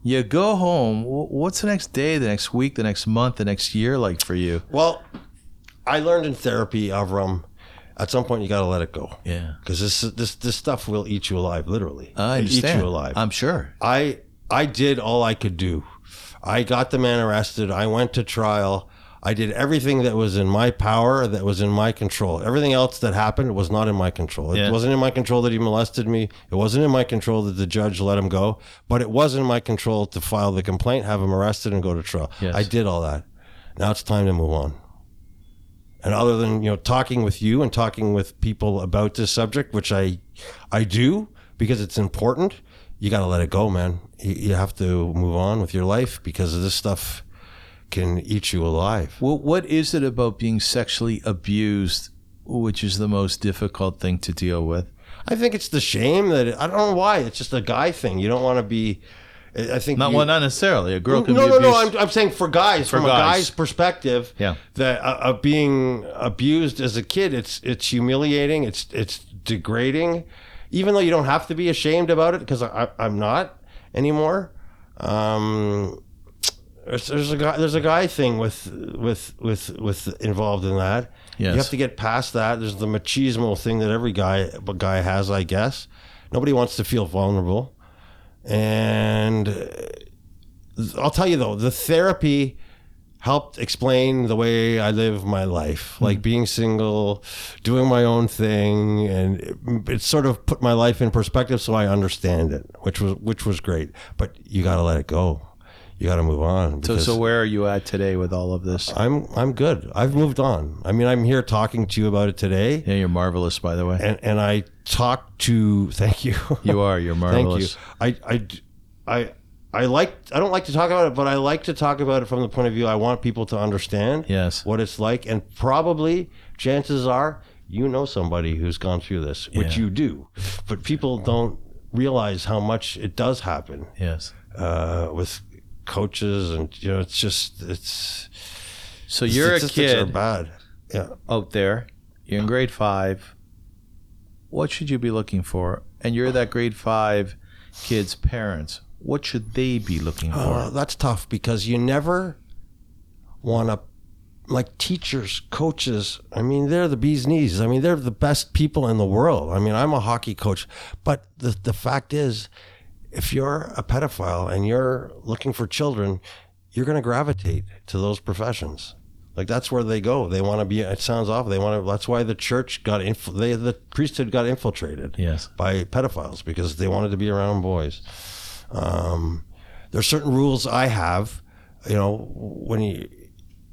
You go home. Wh- What's the next day, the next week, the next month, the next year like for you? Well, I learned in therapy, Avram, at some point you got to let it go. Yeah. Because this this this stuff will eat you alive, literally. I It'll understand. Eat you alive. I'm sure. I I did all I could do. I got the man arrested. I went to trial. I did everything that was in my power, that was in my control. Everything else that happened was not in my control. It Yeah. wasn't in my control that he molested me. It wasn't in my control that the judge let him go. But it was in my control to file the complaint, have him arrested, and go to trial. Yes. I did all that. Now it's time to move on. And other than you know talking with you and talking with people about this subject, which I I do because it's important. You got to let it go, man. You, you have to move on with your life because this stuff can eat you alive. Well, what is it about being sexually abused, which is the most difficult thing to deal with? I think it's the shame that I don't know why. It's just a guy thing. You don't want to be. I I think Not you- well, not necessarily. A girl can no, be no, abused. no. I'm, I'm saying for guys, from guys. a guy's perspective, Yeah. that uh, of being abused as a kid, it's it's humiliating, it's it's degrading, even though you don't have to be ashamed about it because I, I, I'm not anymore. Um, there's, there's a guy there's a guy thing with with with with involved in that. Yes. You have to get past that. There's the machismo thing that every guy guy has, I guess. Nobody wants to feel vulnerable. And uh, I'll tell you though, the therapy helped explain the way I live my life, Hmm. like being single, doing my own thing, and it, it sort of put my life in perspective, so I understand it, which was which was great. But you got to let it go. You got to move on. So, because so where are you at today with all of this? I'm I'm good. I've moved on. I mean, I'm here talking to you about it today, Yeah, you're marvelous, by the way. and and I talked to thank you. You are. You're <laughs> Thank marvelous. you. I, I, d- I, I like. I don't like to talk about it, but I like to talk about it from the point of view I want people to understand. Yes. what it's like, and probably chances are you know somebody who's gone through this, which Yeah. you do, but people don't realize how much it does happen Yes. uh, with coaches, and you know, it's just it's. So you're a statistics Are kid bad. Yeah. out there. You're in grade five. What should you be looking for? And you're that grade five kids' parents? What should they be looking for? Oh, that's tough because you never want to, like teachers, coaches. I mean, they're the bee's knees. I mean, they're the best people in the world. I mean, I'm a hockey coach, but the the fact is, if you're a pedophile and you're looking for children, you're going to gravitate to those professions. Like that's where they go. They want to be. It sounds awful. They want to. That's why the church got inf- they the priesthood got infiltrated Yes. by pedophiles because they wanted to be around boys. Um, there's certain rules I have. You know, when you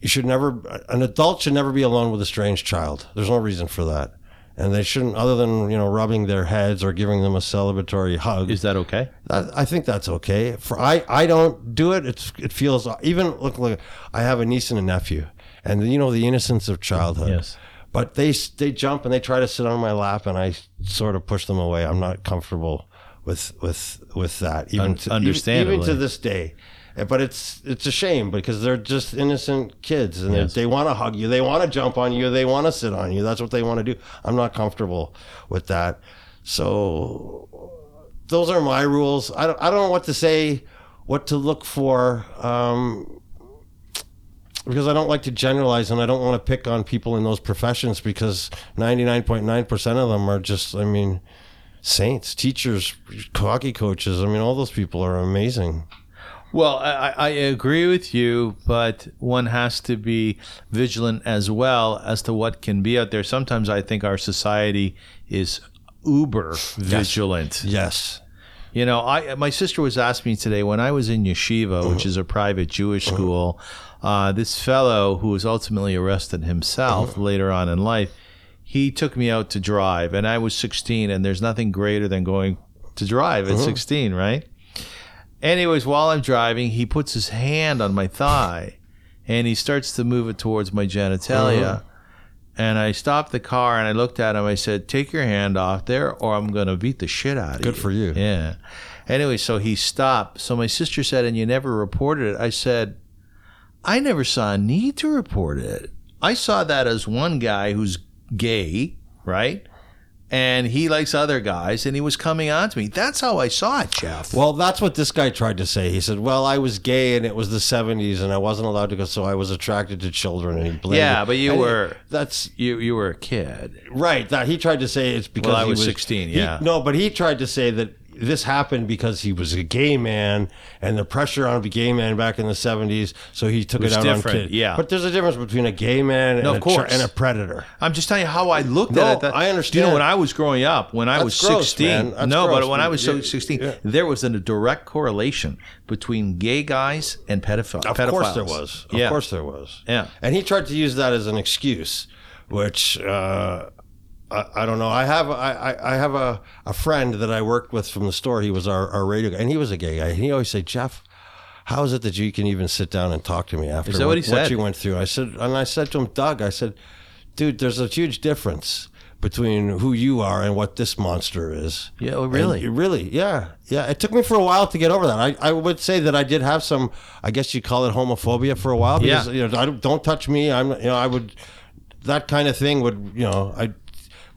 you should never an adult should never be alone with a strange child. There's no reason for that, and they shouldn't. Other than you know, rubbing their heads or giving them a celebratory hug. Is that okay? That, I think that's okay. For I, I don't do it. It's it feels even look look. I have a niece and a nephew, and you know the innocence of childhood. Yes. But they s- they jump and they try to sit on my lap, and I sort of push them away. I'm not comfortable with with with that. Even Un- to, even- understandably. even, to this day. Uh, But it's it's a shame because they're just innocent kids, and they- Yes. they want to hug you, they want to jump on you, they want to sit on you. That's what they want to do. I'm not comfortable with that. So those are my rules. I don't, I don't know what to say, what to look for, um, because I don't like to generalize and I don't want to pick on people in those professions because 99.9% of them are just, I mean, saints, teachers, hockey coaches. I mean, all those people are amazing. Well, I, I- I agree with you, but one has to be vigilant as well as to what can be out there. Sometimes I think our society is uber vigilant. Yes. You know, I my sister was asking me today when I was in yeshiva, which is a private Jewish school. Uh, this fellow who was ultimately arrested himself later on in life, he took me out to drive, and I was 16, and there's nothing greater than going to drive at 16, right? Anyways, while I'm driving, he puts his hand on my thigh, and he starts to move it towards my genitalia. And I stopped the car and I looked at him. I said, "Take your hand off there, or I'm gonna beat the shit out of you." Good for you. Yeah. Anyway, so he stopped. So my sister said, and you never reported it. I said, I never saw a need to report it. I saw that as one guy who's gay, right? And he likes other guys, and he was coming on to me. That's how I saw it, Jeff. Well, that's what this guy tried to say. He said, "Well, I was gay and it was the '70s, and I wasn't allowed to go, so I was attracted to children." And he blamed Yeah, it. but you And were- That's you you were a kid. right. That he tried to say it's because Well, I he was 16, he- yeah. no, but he tried to say that this happened because he was a gay man, and the pressure on a gay man back in the '70s, so he took Was it out different, on kids. yeah. but there's a difference between a gay man and, of a tr- course. and a predator. I'm just telling you how I looked No, at it. That- I You know, understand. when I was growing up, when I That's was gross, 16, man. That's no, but gross, when I man. was so Yeah, 16, yeah. there was a direct correlation between gay guys and pedophiles. Of course there was. Of yeah. course there was. Yeah. And he tried to use that as an excuse, which uh, I, I don't know. I have I, I- I have a, a friend that I worked with from the store. He was our, our radio guy, and he was a gay guy. And he always said, Jeff, how is it that you can even sit down and talk to me after Is that what he said? you went through? I said, and I said to him, Doug, I said, dude, there's a huge difference between who you are and what this monster is. Yeah, oh, really? And- really, yeah, yeah. It took me for a while to get over that. I, I would say that I did have some, I guess you call it homophobia for a while. Because, Yeah. You know, I don't, don't touch me. I'm, you know, I would, that kind of thing would, you know, I.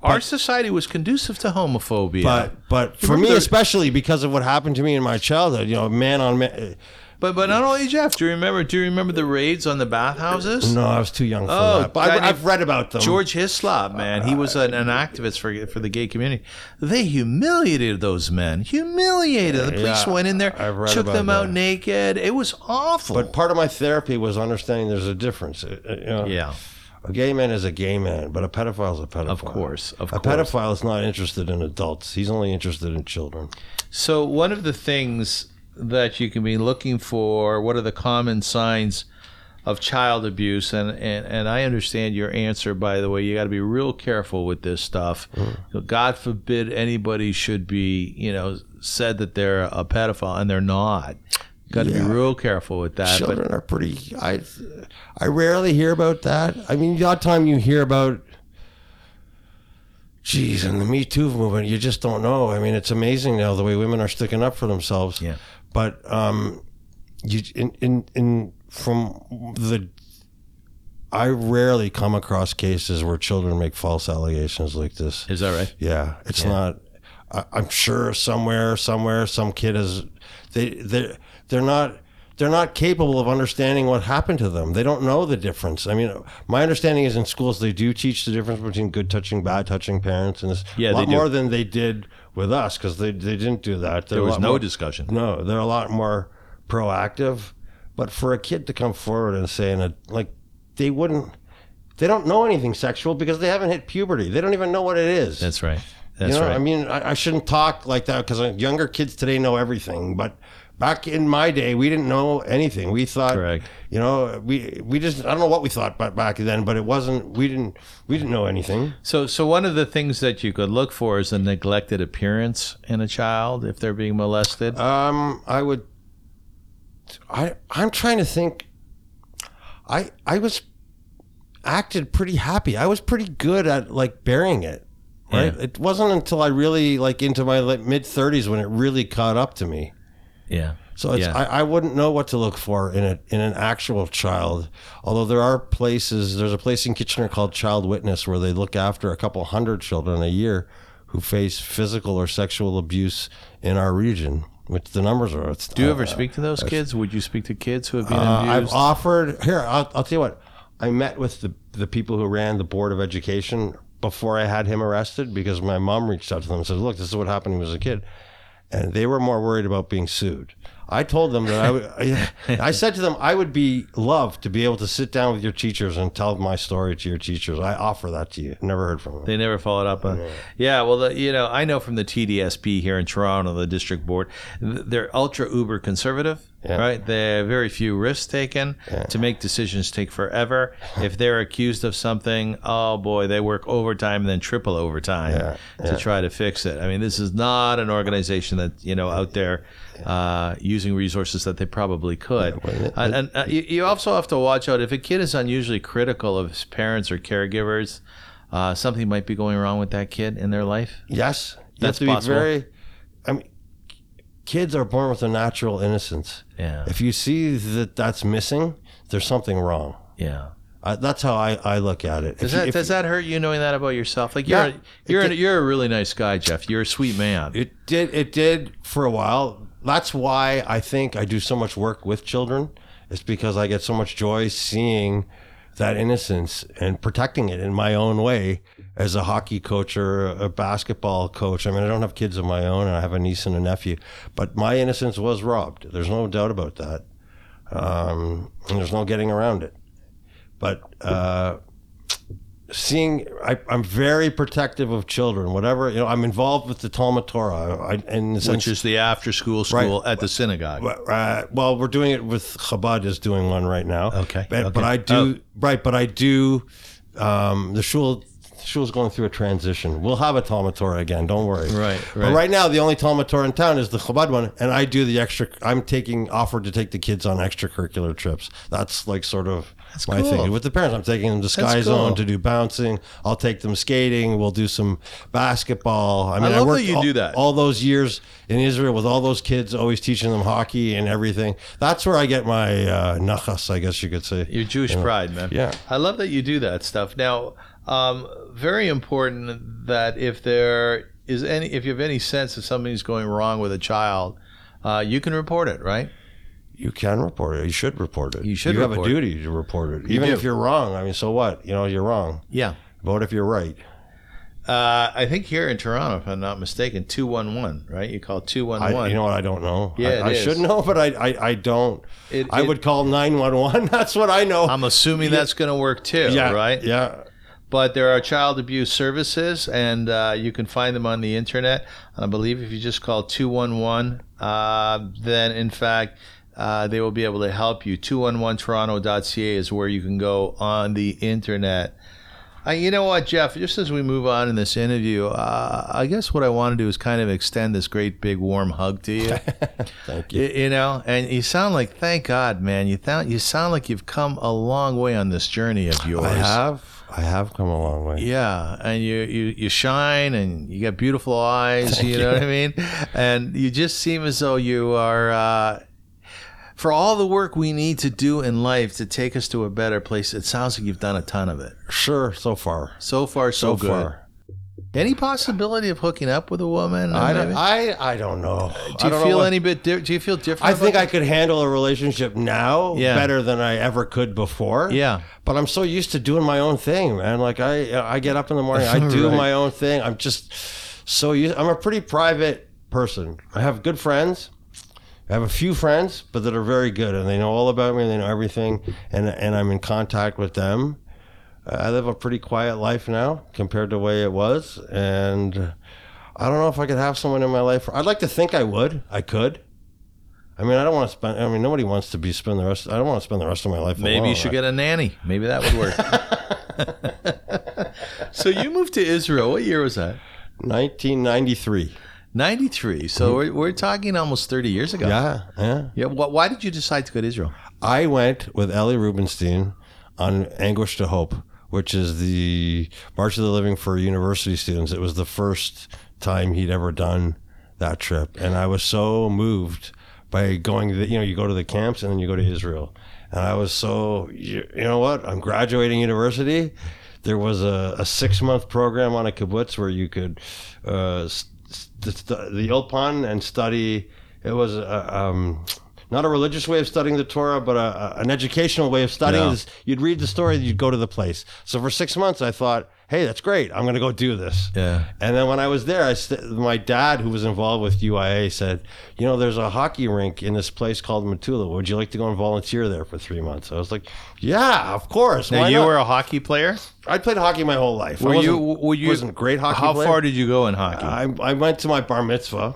Our society was conducive to homophobia. But but for me, remember- especially because of what happened to me in my childhood, you know, man on man. But but not only Jeff. Do you remember? Do you remember the raids on the bathhouses? No, I was too young for Oh, that. But God, I, I've you- read about them. George Hislop, man, he was an, an activist for for the gay community. They humiliated those men. Humiliated. The police Yeah, went in there, I've read took about them out that. naked. It was awful. But part of my therapy was understanding there's a difference. Uh, uh, you know, yeah, A gay man is a gay man, but a pedophile is a pedophile. of course, of A course. pedophile is not interested in adults. He's only interested in children. So one of the things that you can be looking for, what are the common signs of child abuse? And and, and I understand your answer by the way, you gotta be real careful with this stuff. Mm-hmm. God forbid anybody should be, you know, said that they're a pedophile and they're not. Gotta Yeah. be real careful with that. But Children are pretty. I I rarely hear about that. I mean, the odd time you hear about. Geez, and the Me Too movement, you just don't know. I mean, it's amazing now the way women are sticking up for themselves. Yeah. But um, you in in, in from the. I rarely come across cases where children make false allegations like this. is that right? Yeah, it's not. I, I'm sure somewhere, somewhere, some kid has they they they're not they're not capable of understanding what happened to them. They don't know the difference. I mean, my understanding is in schools they do teach the difference between good touching, bad touching parents, and it's Yeah, a they lot do. more than they did with us because they they didn't do that. They're There a was lot no more- discussion. No, they're a lot more proactive. But for a kid to come forward and say, and like they wouldn't, they don't know anything sexual because they haven't hit puberty. They don't even know what it is. That's right. That's you know, right. I mean, I, I shouldn't talk like that because younger kids today know everything. But back in my day, we didn't know anything. We thought, Correct. you know, we we just I don't know what we thought, but back then, but it wasn't. We didn't we didn't know anything. So, so one of the things that you could look for is a neglected appearance in a child if they're being molested. Um, I would. I I'm trying to think. I I was acted pretty happy. I was pretty good at like burying it. Right. Yeah. It wasn't until I really like into my like, mid 30s when it really caught up to me. yeah. So it's, Yeah. I, I wouldn't know what to look for in a, in an actual child. Although there are places, there's a place in Kitchener called Child Witness where they look after a couple hundred children a year who face physical or sexual abuse in our region, which the numbers are. It's, Do you ever speak to those kids? Would you speak to kids who have been uh, I've abused? offered here. I'll, I'll tell you what. I met with the the people who ran the board of education before I had him arrested because my mom reached out to them and said, "Look, this is what happened when he was a kid," and they were more worried about being sued. I told them that I would. I, I said to them, "I would be loved to be able to sit down with your teachers and tell my story to your teachers. I offer that to you." Never heard from them. They never followed up on. Yeah, well, the, you know, I know from the TDSB here in Toronto, the district board, th- they're ultra uber conservative, Yeah. right? They have very few risks taken. To make decisions take <laughs> forever. if they're accused of something, oh boy, they work overtime and then triple overtime Yeah, to try to fix it. I mean, this is not an organization that you know out there uh, using resources that they probably could. and and uh, you, you also have to watch out if a kid is unusually critical of his parents or caregivers uh, something might be going wrong with that kid in their life. Yes, you That's have to possible. be very. I mean, kids are born with a natural innocence. Yeah. If you see that that's missing, there's something wrong. Yeah. I, that's how I, I look at it. Does If you- that if does that hurt you knowing that about yourself? Like Yeah. you're a, you're a, you're a really nice guy, Jeff. You're a sweet man. It did. It did for a while. That's why I think I do so much work with children. It's because I get so much joy seeing that innocence and protecting it in my own way as a hockey coach or a basketball coach. I mean, I don't have kids of my own, and I have a niece and a nephew, but my innocence was robbed. There's no doubt about that. Um, and there's no getting around it. But uh, seeing I, I'm very protective of children. Whatever you know, I'm involved with the Talmud Torah. I, in the sense, Which is the after school school at the synagogue. uh, well, we're doing it with Chabad is doing one right now. Okay, but, okay. Oh. but I do right, but I do. Um, the shul the shul's going through a transition. We'll have a Talmud Torah again. Don't worry. Right, But right. right now, the only Talmud Torah in town is the Chabad one, and I do the extra. I'm taking offered to take the kids on extracurricular trips. That's like sort of my cool. thing with the parents. I'm taking them to Sky cool. Zone to do bouncing. I'll take them skating. We'll do some basketball. I love mean, that worked you all- do that. all those years in Israel with all those kids, always teaching them hockey and everything. That's where I get my uh, nachas, I guess you could say. Your Jewish pride, man. Yeah. I love that you do that stuff. Now, um, very important that if there is any, if you have any sense of something's going wrong with a child, uh, you can report it, right? You can report it. You should report it. You should You report have it. a duty to report it, even do. if you're wrong. I mean, so what? You know, you're wrong. Yeah. But what if you're right? Uh, I think here in Toronto, if I'm not mistaken, two one one, right? You call two one I, one. you know what? I don't know. Yeah, I, it I is. should know, but I, I, I don't. It- I it- would call nine one one. <laughs> That's what I know. I'm assuming that's going to work too, yeah, right? Yeah. But there are child abuse services, and uh, you can find them on the internet. And I believe if you just call 211, uh, then in fact, uh, they will be able to help you. 211toronto.ca is where you can go on the internet. Uh, you know what, Jeff? Just as we move on in this interview, uh, I guess what I want to do is kind of extend this great big warm hug to you. <laughs> Thank you. Y- You know, and you sound like, thank God, man. You sound, you sound like you've come a long way on this journey of yours. I have. I have come a long way. Yeah, and you, you you shine, and you got beautiful eyes. you know what I mean? And you just seem as though you are. Uh, for all the work we need to do in life to take us to a better place, it sounds like you've done a ton of it. Sure. So far. So far, so, So good. far. Any possibility of hooking up with a woman? I maybe? don't, I, I don't know. do I you don't know feel what- any bit? Di- do you feel different? I about think I that? could handle a relationship now Yeah. better than I ever could before. Yeah. But I'm so used to doing my own thing, man. Like I I get up in the <laughs> morning, I do Right. my own thing. I'm just so used I'm a pretty private person. I have good friends. I have a few friends, but that are very good and they know all about me and they know everything and and I'm in contact with them. I live a pretty quiet life now compared to the way it was and I don't know if I could have someone in my life. I'd like to think I would. I could. I mean, I don't want to spend. I mean, nobody wants to be spend the rest. I don't want to spend the rest of my life. Maybe you alone. should get a nanny. Maybe that would work. <laughs> so you moved to Israel. What year was that? 1993. 93. So we're, we're talking almost 30 years ago. Mm-hmm. Yeah, yeah. Yeah. Wh- why did you decide to go to Israel? I went with Ellie Rubinstein on Anguish to Hope, which is the March of the Living for university students. It was the first time he'd ever done that trip, and I was so moved by going. To the, you know, you go to the camps and then you go to Israel, and I was so. You, you know what? I'm graduating university. There was a, a six month program on a kibbutz where you could uh, st- st- the Ilpan and study. It was uh, um, not a religious way of studying the Torah, but a, a- an educational way of studying. Yeah. This. You'd read the story, you'd go to the place. So for six months, I thought, hey, that's great. I'm going to go do this. Yeah. And then when I was there, I st- my dad, who was involved with UIA, said, you know, there's a hockey rink in this place called Matula. Would you like to go and volunteer there for three months? I was like, yeah, of course. Now Why you not? were a hockey player. I played hockey my whole life. I Were you? wasn't- Were you? wasn't a great hockey How player. far did you go in hockey? I, I went to my bar mitzvah.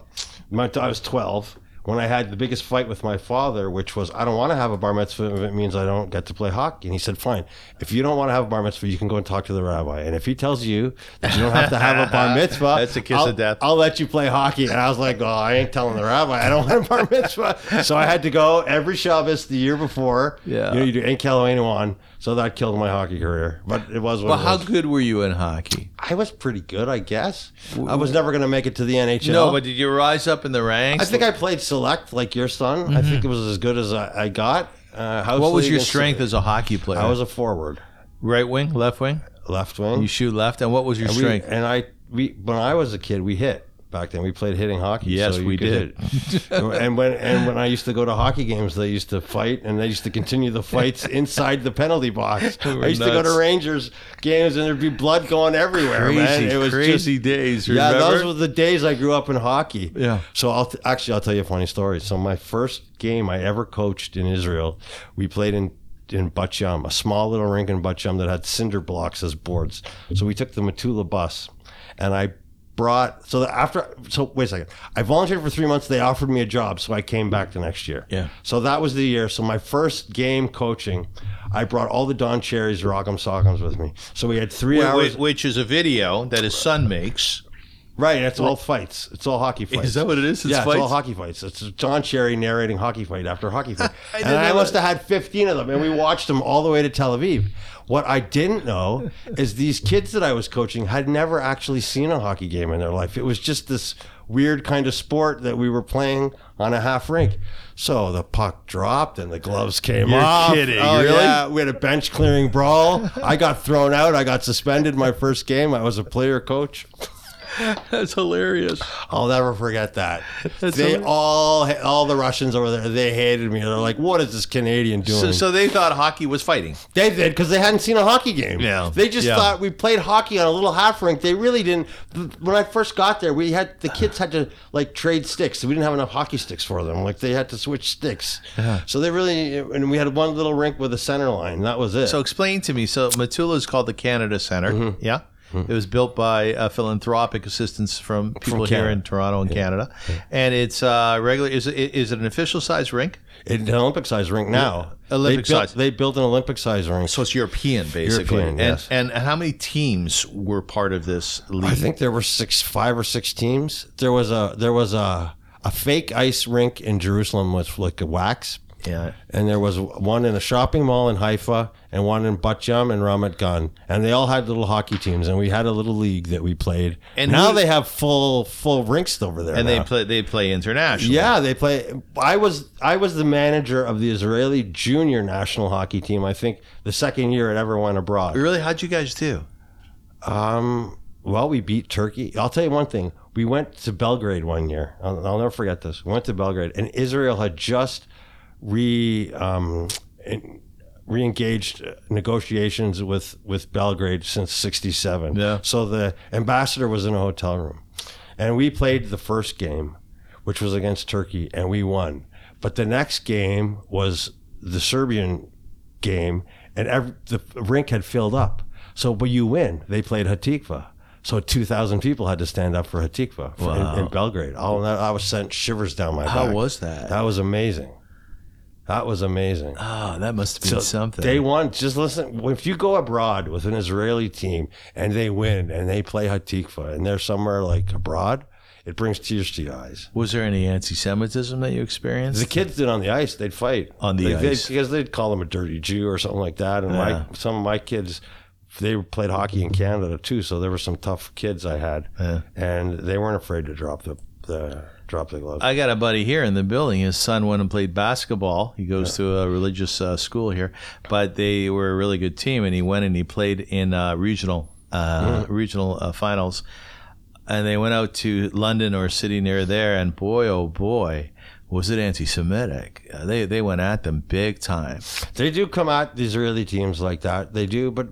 My, I was 12 when I had the biggest fight with my father, which was, I don't want to have a bar mitzvah if it means I don't get to play hockey. And he said, Fine, if you don't want to have a bar mitzvah, you can go and talk to the rabbi. And if he tells you that you don't have to have <laughs> a bar mitzvah, That's a kiss I'll, of death. I'll let you play hockey. And I was like, Oh, I ain't telling the rabbi. I don't want a bar mitzvah. so I had to go every Shabbos the year before. Yeah. You know, you do ain't Kelowna on. So that killed my hockey career. But it was what well, it how was. good were you in hockey? I was pretty good, I guess. I was never going to make it to the NHL. No, but did you rise up in the ranks? I think I played select like your son. I think it was as good as I, I got. Uh, house Mm-hmm. What was league your and- strength as a hockey player? I was a forward, right wing, left wing. left wing. You shoot left, and what was your and, we- strength? and I we when I was a kid, we hit back then. We played hitting hockey. Yes, you we could did. <laughs> hit. and when and when I used to go to hockey games, they used to fight and they used to continue the <laughs> fights inside the penalty box. were I used to go nuts. to Rangers games and there'd be blood going everywhere. man. It was just- days. Yeah, those were the days I grew up in hockey. Yeah. So I'll t- actually I'll tell you a funny story. So my first game I ever coached in Israel, we played in in Bat Yam, a small little rink in Bat Yam that had cinder blocks as boards. So we took the Matula bus, and I brought so that after so wait a second I volunteered for three months. They offered me a job, so I came back the next year. Yeah. So that was the year. So my first game coaching, I brought all the Don Cherries, Rock'em Sock'ems with me. So we had three Wh- hours. wh- which is a video that his son makes. Right, it's all fights. It's all hockey fights. Is that what it is? It's yeah, fights? it's all hockey fights. It's John Cherry narrating hockey fight after hockey fight. <laughs> I and didn't I know must that. have had 15 of them, and we watched them all the way to Tel Aviv. What I <laughs> didn't know is these kids that I was coaching had never actually seen a hockey game in their life. It was just this weird kind of sport that we were playing on a half rink. So the puck dropped and the gloves came You're off. kidding, Oh, really? yeah. We had a bench clearing brawl. I got thrown out. I got suspended my first game. I was a player coach. That's hilarious. I'll never forget that. <laughs> That's they hilarious. all, all the Russians over there, they hated me. They're like, "What is this Canadian doing?" So, so they thought hockey was fighting. they did because they hadn't seen a hockey game. Yeah. they just Yeah. thought we played hockey on a little half rink. They really didn't. When I first got there, we had the kids had to like trade sticks. We didn't have enough hockey sticks for them. Like they had to switch sticks. So they really, and we had one little rink with a center line. That was it. So explain to me. So Matula is called the Canada Center. Yeah. It was built by uh, philanthropic assistance Mm-hmm. from people here Canada. in Toronto and Canada, and it's uh, regular. Is it, is it an official size rink? it's an Olympic size rink now. Olympic they built, size. They built an Olympic size rink. So it's European, basically. and, European, yes. and how many teams were part of this league? I think there were six, five or six teams. There was a there was a a fake ice rink in Jerusalem with like a wax, yeah. and there was one in a shopping mall in Haifa, and one in Bat Yam and Ramat Gan, and they all had little hockey teams, and we had a little league that we played. And And now who- they have full full rinks over there, And now. they play. They play internationally. Yeah, they play. I was I was the manager of the Israeli junior national hockey team. I think the second year it ever went abroad. Really? How'd you guys do? Um, well, we beat Turkey. I'll tell you one thing. We went to Belgrade one year. I'll, I'll never forget this. We went to Belgrade, and Israel had just re um, en- re-engaged uh, negotiations with with Belgrade since '67. Yeah. So the ambassador was in a hotel room, and we played the first game, which was against Turkey, and we won. But the next game was the Serbian game, and ev the rink had filled up. So, but you win. They played Hatikva. So 2,000 people had to stand up for Hatikva for- in- in, Belgrade. All that, I was sent shivers down my How back. was that? That was amazing. That was amazing. Oh, that must have been something. They won. Just listen. If you go abroad with an Israeli team and they win and they play Hatikva and they're somewhere like abroad, it brings tears to your eyes. was there any anti-Semitism that you experienced? The kids did on the ice. They'd fight On the Like, they'd- ice. because they'd call them a dirty Jew or something like that. And Yeah. my some of my kids, they played hockey in Canada too, so there were some tough kids I had, Yeah. and they weren't afraid to drop the, the drop the gloves. I got a buddy here in the building. His son went and played basketball. He goes to a religious uh, school here, but they were a really good team, and he went and he played in uh, regional uh, regional uh, finals. And they went out to London or a city near there, and boy, oh boy, was it anti-Semitic. Uh, they they went at them big time. They do come at the Israeli teams like that. They do, but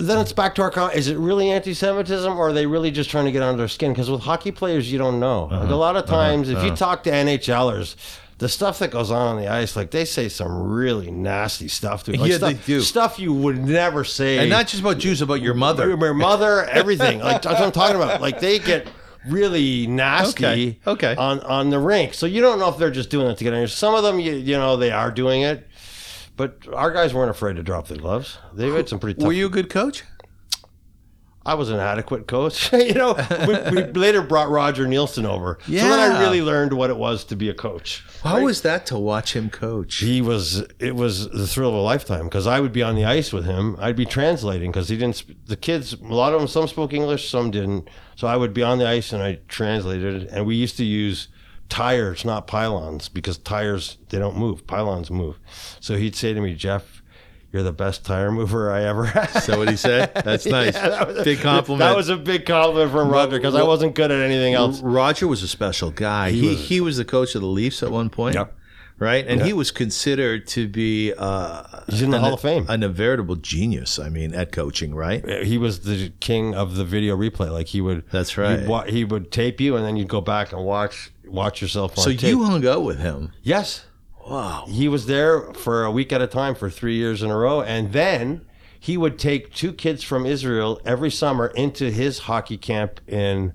then it's back to our. Con- is it really anti-Semitism, or are they really just trying to get under their skin? Because with hockey players, you don't know. Like Uh-huh. a lot of times, if you talk to NHLers. The stuff that goes on on the ice, like they say some really nasty stuff to like Yeah, stuff, they do. stuff you would never say. And not just about Jews, about your mother. <laughs> Your mother, everything. Like that's what I'm talking about. Like they get really nasty Okay, okay. on on the rink. So you don't know if they're just doing it to get on your some of them you, you know they are doing it. But our guys weren't afraid to drop their gloves. They had some pretty tough. Were you a good coach? I was an adequate coach. <laughs> you know, we, we later brought Roger Nielsen over. So then Yeah. I really learned what it was to be a coach. How was that to watch him coach? he was it was the thrill of a lifetime because I would be on the ice with him. I'd be translating because he didn't. sp- The kids, a lot of them, some spoke English, some didn't. So I would be on the ice and I translated. And we used to use tires, not pylons, because tires they don't move. Pylons move. So he'd say to me, Jeff. You're the best tire mover I ever had. Is that what he said? <laughs> That's nice. big compliment. <laughs> That was a big compliment from Roger because I well- wasn't good at anything else. Roger was a special guy. He he was, the coach of the Leafs at one point. Yep. Right, and he was considered to be uh, He's in the an- Hall of Fame. an, a veritable genius. I mean, at coaching, right? uh, he was the king of the video replay. Like he would. That's right. you'd wa- he would tape you, and then you'd go back and watch watch yourself. On So tape. you hung out with him. Yes. Wow. He was there for a week at a time for three years in a row, and then he would take two kids from Israel every summer into his hockey camp in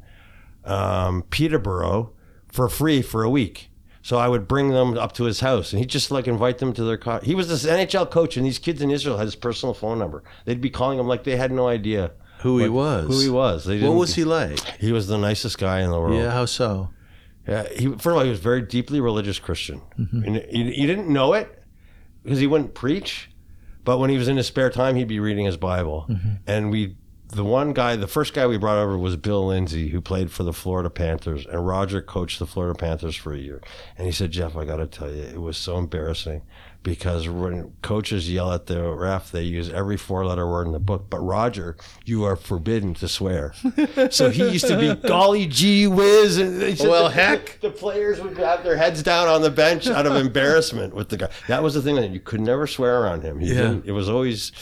um, Peterborough for free for a week. So I would bring them up to his house, and he'd just like invite them to their car. He was this NHL coach, and these kids in Israel had his personal phone number. They'd be calling him like they had no idea Who he was? who he was. They What didn't- was he like? He was the nicest guy in the world. Yeah. How so? Yeah, he, first of all, he was a very deeply religious Christian. And you, you didn't know it because he wouldn't preach, but when he was in his spare time, he'd be reading his Bible. And we, the one guy, the first guy we brought over was Bill Lindsay, who played for the Florida Panthers, and Roger coached the Florida Panthers for a year. And he said, Jeff, I got to tell you, it was so embarrassing because when coaches yell at the ref, they use every four letter word in the book. But Roger, you are forbidden to swear. so he used to be golly gee whiz. And they said Well, the- heck. The players would have their heads down on the bench out of embarrassment with the guy. That was the thing that you could never swear around him. He Yeah. didn't- it was always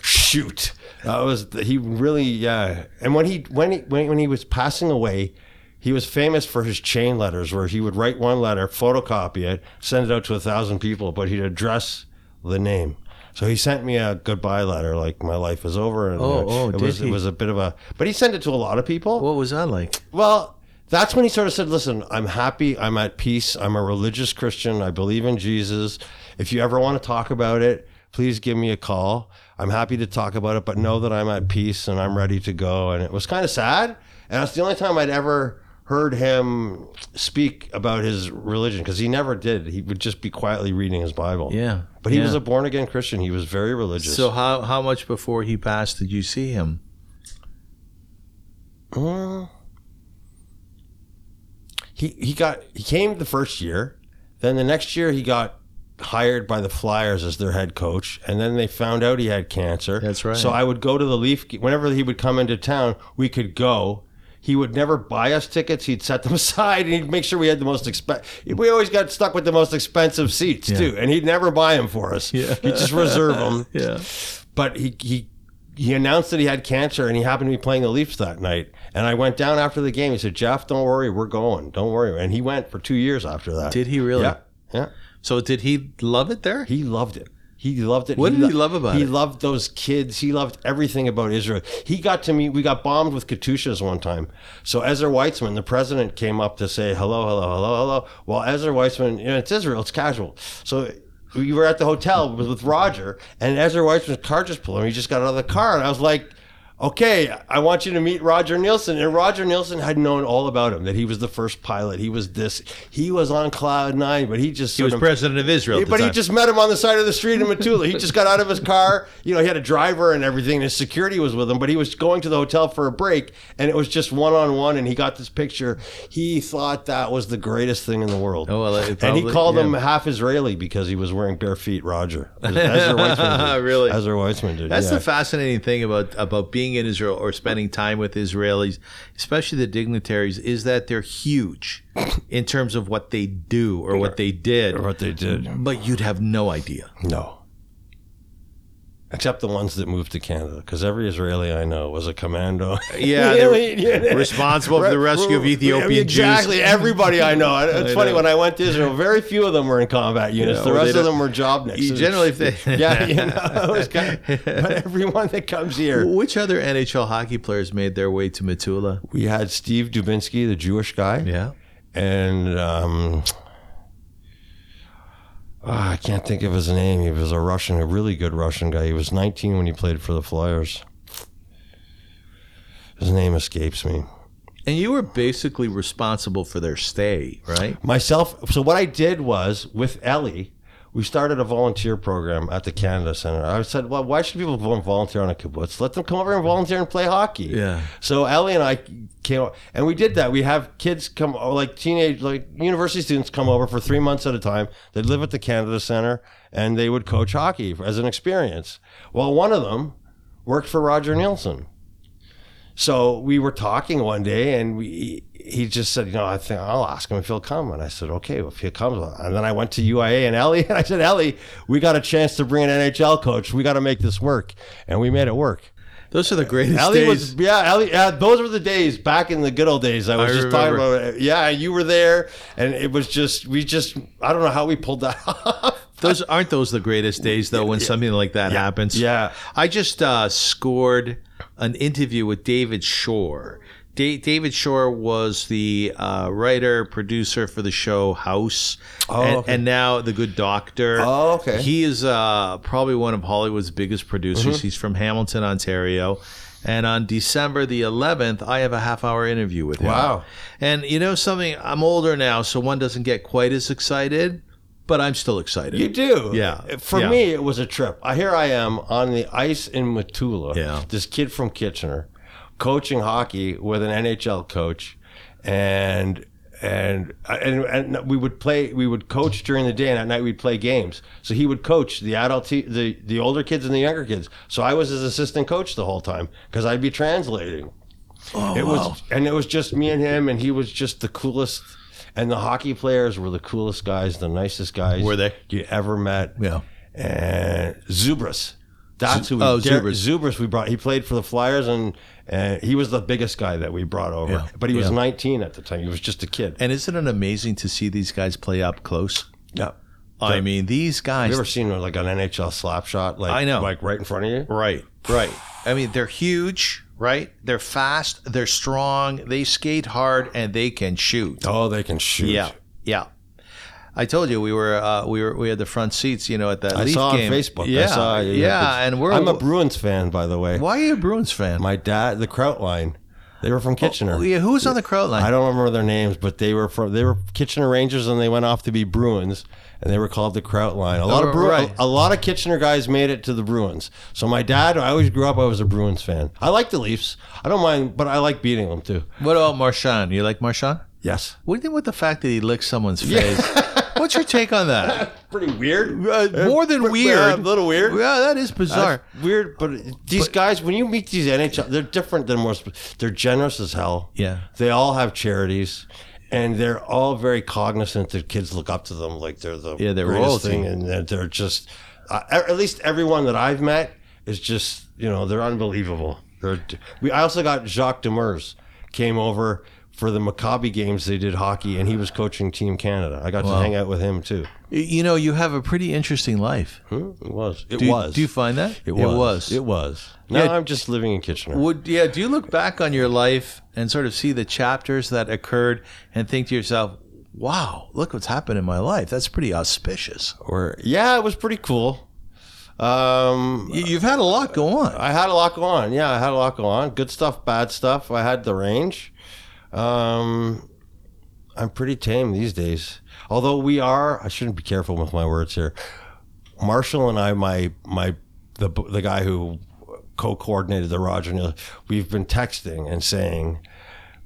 shoot. That was he really yeah. And when he when he when, when he was passing away, he was famous for his chain letters, where he would write one letter, photocopy it, send it out to a thousand people, but he'd address the name. So he sent me a goodbye letter, like my life is over, and Oh, uh, oh, it did was he? it was a bit of a. But he sent it to a lot of people. What was I like? Well, that's when he sort of said, "Listen, I'm happy. I'm at peace. I'm a religious Christian. I believe in Jesus. If you ever want to talk about it, please give me a call. I'm happy to talk about it, but know that I'm at peace and I'm ready to go." And it was kind of sad, and that's the only time I'd ever heard him speak about his religion because he never did. He would just be quietly reading his Bible. Yeah, But he yeah. was a born again Christian. He was very religious. So how how much before he passed did you see him? Uh, he he got he came the first year, then the next year he got hired by the Flyers as their head coach, and then they found out he had cancer. That's right. So I would go to the Leaf g- whenever he would come into town. We could go. He would never buy us tickets. He'd set them <laughs> aside, and he'd make sure we had the most expensive. We always got stuck with the most expensive seats too, and he'd never buy them for us. Yeah. He'd just reserve them. Yeah. But he he he announced that he had cancer, and he happened to be playing the Leafs that night. And I went down after the game. He said, "Jeff, don't worry, we're going. Don't worry." And he went for two years after that. Did he really? Yeah. Yeah. So did he love it there? He loved it. He loved it. What did he love about he it? He loved those kids. He loved everything about Israel. He got to meet. We got bombed with Katushas one time. So Ezra Weitzman, the president, came up to say hello, hello, hello, hello. Well, Ezra Weitzman, you know, it's Israel. It's casual. So we were at the hotel with, with Roger, and Ezra Weitzman's car just pulled. him. He just got out of the car, and I was like. Okay, I want you to meet Roger Nielsen. And Roger Nielsen had known all about him that he was the first pilot. He was this, he was on Cloud Nine, but he just He was sort of- president of Israel. at the but he time. just met him on the side of the street in Matula. He just got out of his car. You know, he had a driver and everything. And his security was with him, but he was going to the hotel for a break, and it was just one on one. And he got this picture. He thought that was the greatest thing in the world. Oh, well, it and probably- he called yeah. him half Israeli because he was wearing bare feet. Roger, <laughs> Ezra Weitzman did. Really? Ezra Weitzman did. That's yeah. the fascinating thing about about being in Israel or spending time with Israelis, especially the dignitaries, is that they're huge in terms of what they do or what they did. Or what they did. But you'd have no idea. No. Except the ones that moved to Canada, because every Israeli I know was a commando. <laughs> Yeah, they were responsible for the rescue of Yeah, Ethiopian exactly. Everybody <laughs> I know. It's funny when I went to Israel, very few of them were in combat units. Yeah, the or rest they of don't- them were jobniks. You generally, if they, <laughs> <laughs> yeah, you know, it was kind of- but everyone that comes here, Which other NHL hockey players made their way to Metula? we had Steve Dubinsky, the Jewish guy, Yeah, and um, ah, I can't think of his name. He was a Russian, a really good Russian guy. He was 19 when he played for the Flyers. His name escapes me. and you were basically responsible for their stay, right? myself so what i did was with ellie we started a volunteer program at the canada center i said well why should people vol- volunteer on a kibbutz let them come over and volunteer and play hockey Yeah. so ellie and i came o- and we did that we have kids come oh, like teenage like university students come over for three months at a time they live at the canada center and they would coach hockey as an experience well one of them worked for roger nielsen so we were talking one day, and we he just said, you know, I think I'll ask him if he'll come. And I said, okay, well, if he comes. And then I went to UIA and Ellie, <laughs> and I said, Ellie, we got a chance to bring an NHL coach. We got to make this work, and we made it work. Those are the greatest Ellie days. was yeah, Ellie. Yeah, those were the days back in the good old days. I was I just remember. talking about. it. Yeah, you were there, and it was just we just I don't know how we pulled that <laughs> off. Those aren't those the greatest days though when something like that happens. Yeah. I just uh, scored an interview with David Shore. Da- David Shore was the uh, writer producer for the show House, Oh, and, okay. and now The Good Doctor. Oh, okay. He is uh, probably one of Hollywood's biggest producers. Mm-hmm. He's from Hamilton, Ontario. And on December the 11th, I have a half hour interview with him. Wow. And you know something? I'm older now, so one doesn't get quite as excited, but I'm still excited. You do. Yeah. For Yeah. me, it was a trip. I Here I am on the ice in Matula. Yeah. This kid from Kitchener coaching hockey with an NHL coach. And. And, and and we would play we would coach during the day and at night we'd play games so he would coach the adult te- the the older kids and the younger kids so i was his assistant coach the whole time because i'd be translating Oh, it was and it was just me and him and he was just the coolest and the hockey players were the coolest guys the nicest guys Were they? you ever met Yeah. and zubras that's who we, oh, oh, Zubras. Zubras. we brought. He played for the Flyers, and and he was the biggest guy that we brought over. Yeah. But he was Yeah. 19 at the time. He was just a kid. And isn't it amazing to see these guys play up close? Yeah. I mean, these guys. Have you ever seen like an NHL slap shot? Like I know. like right in front of you. right, right. I mean, they're huge, right? They're fast, they're strong, they skate hard, and they can shoot. Oh, they can shoot. Yeah, yeah. I told you we were uh, we were we had the front seats, you know, at that I Leaf saw game. on Facebook. Yeah, I saw, you know, yeah. it's- And we're I'm a Bruins fan, by the way. why are you a Bruins fan? My dad, the Kraut line, they were from Kitchener. Oh, yeah, who was on the crowd line? I don't remember their names, but they were from they were Kitchener Rangers, and they went off to be Bruins, and they were called the Kraut Line. A lot Oh, of Bru- right. a, lot of Kitchener guys made it to the Bruins. So my dad, I always grew up. I was a Bruins fan. I like the Leafs. I don't mind, but I like beating them too. What about Marchand? You like Marchand? Yes, What do you think with the fact that he licked someone's face? What's what's your take on <laughs> that? <laughs> Pretty weird. Uh, more than weird. <laughs> Yeah, a little weird. Yeah, that is That's bizarre. weird, but these guys, when you meet these NHL, they're different than most. They're generous as hell. Yeah. they all have charities, and they're all very cognizant that kids look up to them like they're the Yeah, they're greatest royalty. thing, and that they're just uh, at least everyone that I've met is just you know they're unbelievable. They're we. I also got Jacques Demers came over. For the Maccabi games, they did hockey, and he was coaching Team Canada. I got to hang out with him too. Y- You know, you have a pretty interesting life. Hmm? It was. It Do you, was. Do you find that? It was. It was. No, Yeah. I'm just living in Kitchener. Would yeah? Do you look back on your life and sort of see the chapters that occurred and think to yourself, "Wow, look what's happened in my life. That's pretty auspicious." Or yeah, it was pretty cool. Um, You, you've had a lot go on. I had a lot go on. Yeah, I had a lot go on. Good stuff, bad stuff. I had the range. Um, I'm pretty tame these days. Although we are, I shouldn't be careful with my words here. Marshall and I, my my the the guy who co-coordinated the Roger, Neil, we've been texting and saying.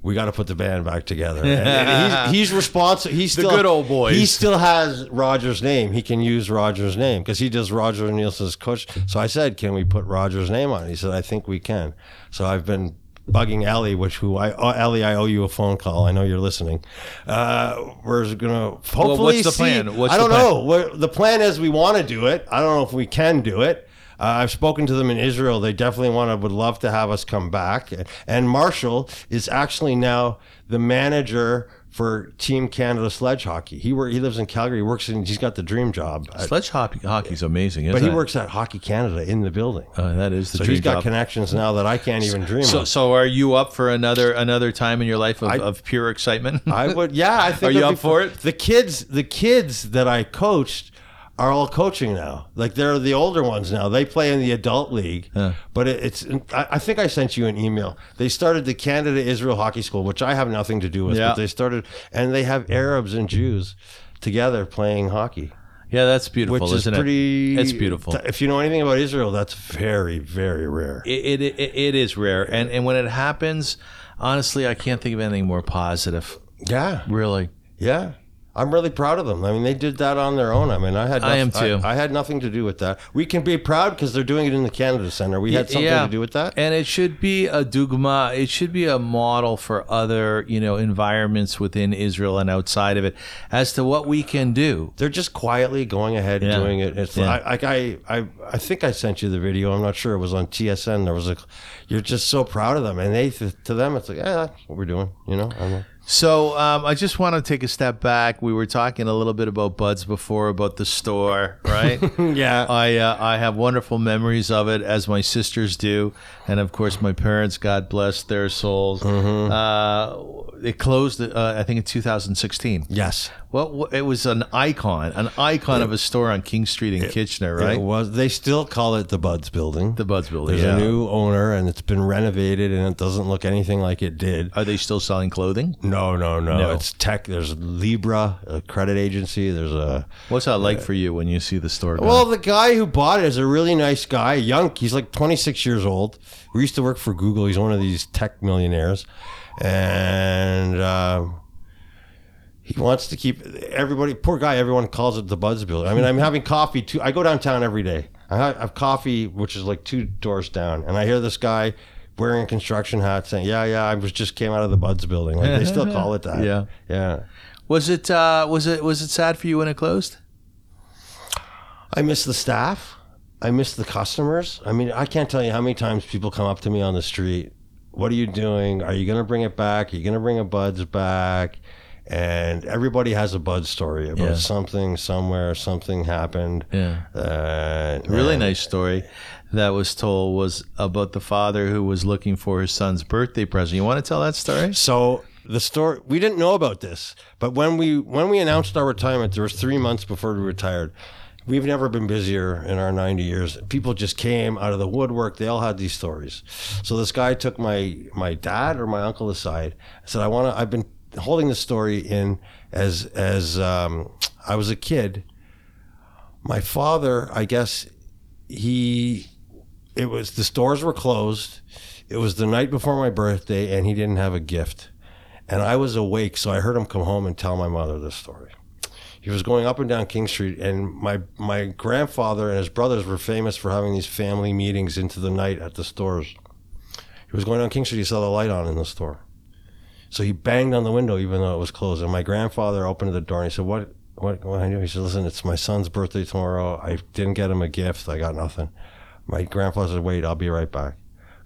We got to put the band back together. And, and <laughs> he's, he's responsible. He's still good old boys. He still has Roger's name. He can use Roger's name because he does Roger Nielsen's coach. So I said, "Can we put Roger's name on?" it?" He said, "I think we can." So I've been bugging Ellie, which who I oh, Ellie, I owe you a phone call. I know you're listening. Uh, we're gonna hopefully what's the see- plan? What's I the don't plan? know. We're, the plan is we want to do it. I don't know if we can do it. Uh, I've spoken to them in Israel. They definitely want to, would love to have us come back. And Marshall is actually now the manager for Team Canada Sledge Hockey. He work, he lives in Calgary. He works in. He's got the dream job, at- Sledge hockey hockey's amazing, isn't but he it? works at Hockey Canada in the building. Oh, that is the so dream he's got job. connections now that I can't even dream so, of. so are you up for another another time in your life of, of pure excitement? I would. Yeah, I think. Are you that'd up be for fun. it? The kids, the kids that I coached are all coaching now. Like they're the older ones now. They play in the adult league. But it, it's. I, I think I sent you an email. They started the Canada Israel Hockey School, which I have nothing to do with. Yeah. But they started, and they have Arabs and Jews together playing hockey. <laughs> yeah, that's beautiful, Which is isn't pretty. it? It's beautiful. If you know anything about Israel, that's very, very rare. it, it, it, it is rare, and and when it happens, honestly, I can't think of anything more positive. Yeah. Really, Yeah. I'm really proud of them. I mean, they did that on their own. I mean, I had I am noth- too. I, had nothing to do with that. We can be proud because they're doing it in the Canada Center. We had something Yeah. to do with that. and it should be a dogma. It should be a model for other you know environments within Israel and outside of it as to what we can do. they're just quietly going ahead and Yeah. doing it. It's Yeah. like I, I, I, I think I sent you the video. I'm not sure. It was on TSN. There was a. You're just so proud of them, and they to them, it's like, yeah, that's what we're doing. You know. I'm like, So um, I just want to take a step back. We were talking a little bit about buds before about the store, <laughs> right? yeah. I uh, I have wonderful memories of it, as my sisters do, and of course my parents. God bless their souls. Mm-hmm. Uh, it closed, uh, I think, in 2016. yes. Well, it was an icon, an icon of a store on King Street in Kitchener, right? It was. They still call it the Buds Building. the Buds Building. There's yeah. a new owner, and it's been renovated, and it doesn't look anything like it did. Are they still selling clothing? No, no, no, No. It's tech. There's Libra, a credit agency. There's a. What's that like for you when you see the store? gone? Well, the guy who bought it is a really nice guy. Young. He's like 26 years old. We used to work for Google. He's one of these tech millionaires, and um, he wants to keep everybody. Poor guy. Everyone calls it the Buzz Building. I mean, I'm having coffee too. I go downtown every day. I have, I have coffee, which is like two doors down, and I hear this guy. Wearing a construction hat, saying, "Yeah, yeah, I was just came out of the Buds building." Like <laughs> they still call it that. Yeah. yeah. was it uh, was it was it sad for you when it closed? I miss the staff. I miss the customers. I mean, I can't tell you how many times people come up to me on the street. What are you doing? Are you going to bring it back? Are you going to bring a Buds back? And everybody has a Bud story about Yeah. something, somewhere, something happened. Yeah. Uh, really and- nice story that was told was about the father who was looking for his son's birthday present. You want to tell that story? So the story we didn't know about this, but when we when we announced our retirement, there was three months before we retired. We've never been busier in our 90 years. People just came out of the woodwork. They all had these stories. So this guy took my my dad or my uncle aside and said, "I want to. I've been holding this story in as as um, I was a kid. My father, I guess, he it was the stores were closed. It was the night before my birthday, and he didn't have a gift. And I was awake, so I heard him come home and tell my mother this story. he was going up and down King Street, and my my grandfather and his brothers were famous for having these family meetings into the night at the stores. He was going down King Street. He saw the light on in the store, so he banged on the window even though it was closed. And my grandfather opened the door and he said, "What?" What, what I do? He said, "Listen, it's my son's birthday tomorrow. I didn't get him a gift. I got nothing." My grandfather said, "Wait, I'll be right back."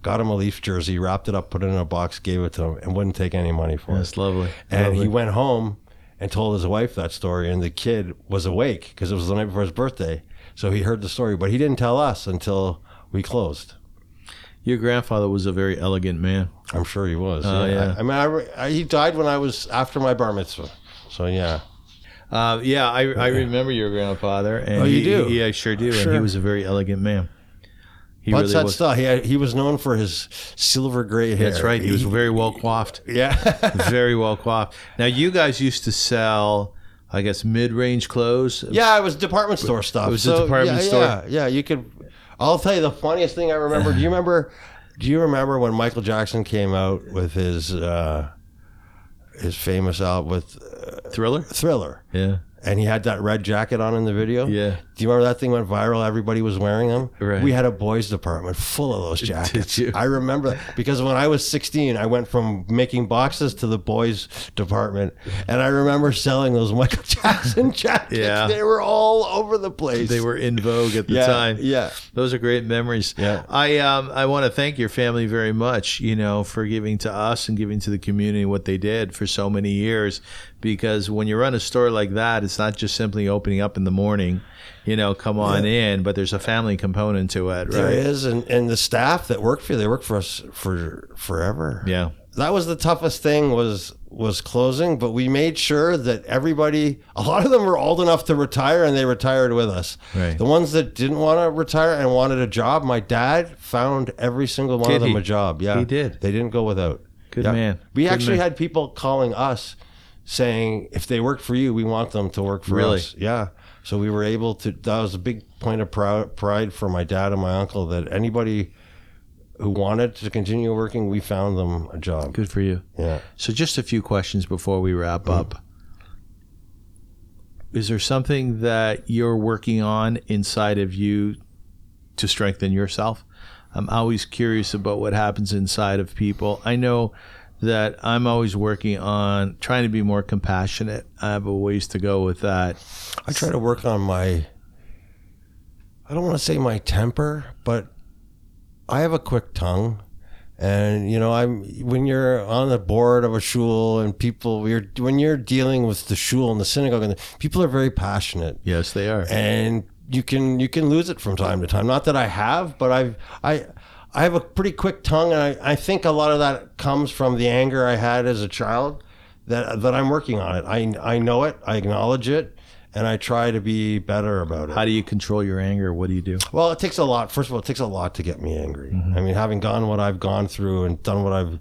Got him a Leaf jersey, wrapped it up, put it in a box, gave it to him, and wouldn't take any money for it. That's lovely. And Lovely. he went home and told his wife that story, and the kid was awake because it was the night before his birthday. So he heard the story, but he didn't tell us until we closed. Your grandfather was a very elegant man. I'm sure he was. Oh, yeah. I, I mean, I, re- I, he died when I was after my bar mitzvah. So yeah, Uh, yeah, I, I remember your grandfather. And Oh, you he- do? he- yeah, I sure do. And he Sure. was a very elegant man. He but that was. stuff. He, had, he was known for his silver gray hair. That's right. He was very well coiffed. <laughs> yeah. very well coiffed. Now, you guys used to sell, I guess, mid-range clothes. Yeah, it was department store stuff. It was a department yeah, store. Yeah, yeah, you could. I'll tell you the funniest thing I remember. Do you remember? Do you remember when Michael Jackson came out with his uh, his famous album with Thriller. Thriller, Yeah. and he had that red jacket on in the video? Yeah. Do you remember that thing went viral? Everybody was wearing them. Right. We had a boys' department full <laughs> of those jackets. you? I remember that because when I was 16, I went from making boxes to the boys' department, and I remember selling those Michael <laughs> Jackson <laughs> jackets. Yeah. They were all over the place. They were in vogue at the yeah, time. Yeah. Those are great memories. Yeah. I um I want to thank your family very much, you know, for giving to us and giving to the community what they did for so many years because when you run a store like that, it's not just simply opening up in the morning, you know, come on in, but there's a family component to it, There right? is, and, and the staff that worked for you, they worked for us for forever. Yeah. that was the toughest thing was was closing but we made sure that everybody a lot of them were old enough to retire and they retired with us Right. the ones that didn't want to retire and wanted a job my dad found every single one Did of them he? a job yeah He did. they didn't go without Good Yeah. man. we Good actually man. had people calling us saying if they work for you we want them to work for Really? us yeah so we were able to that was a big point of prou- pride for my dad and my uncle that anybody who wanted to continue working we found them a job Good for you. yeah So, just a few questions before we wrap up. Is there something that you're working on inside of you to strengthen yourself? I'm always curious about what happens inside of people. I know that I'm always working on trying to be more compassionate. I have a ways to go with that. I try to work on my I don't want to say my temper, but I have a quick tongue. And you know, I'm when you're on the board of a shul and people you're when you're dealing with the shul and the synagogue and the, people are very passionate Yes, they are. and you can you can lose it from time to time. Not that I have, but I've I I have a pretty quick tongue, and I, I think a lot of that comes from the anger I had as a child. That that I'm working on it. I I know it. I acknowledge it, and I try to be better about it. How do you control your anger? What do you do? Well, it takes a lot. First of all, it takes a lot to get me angry. I mean, having gone what I've gone through and done what I've,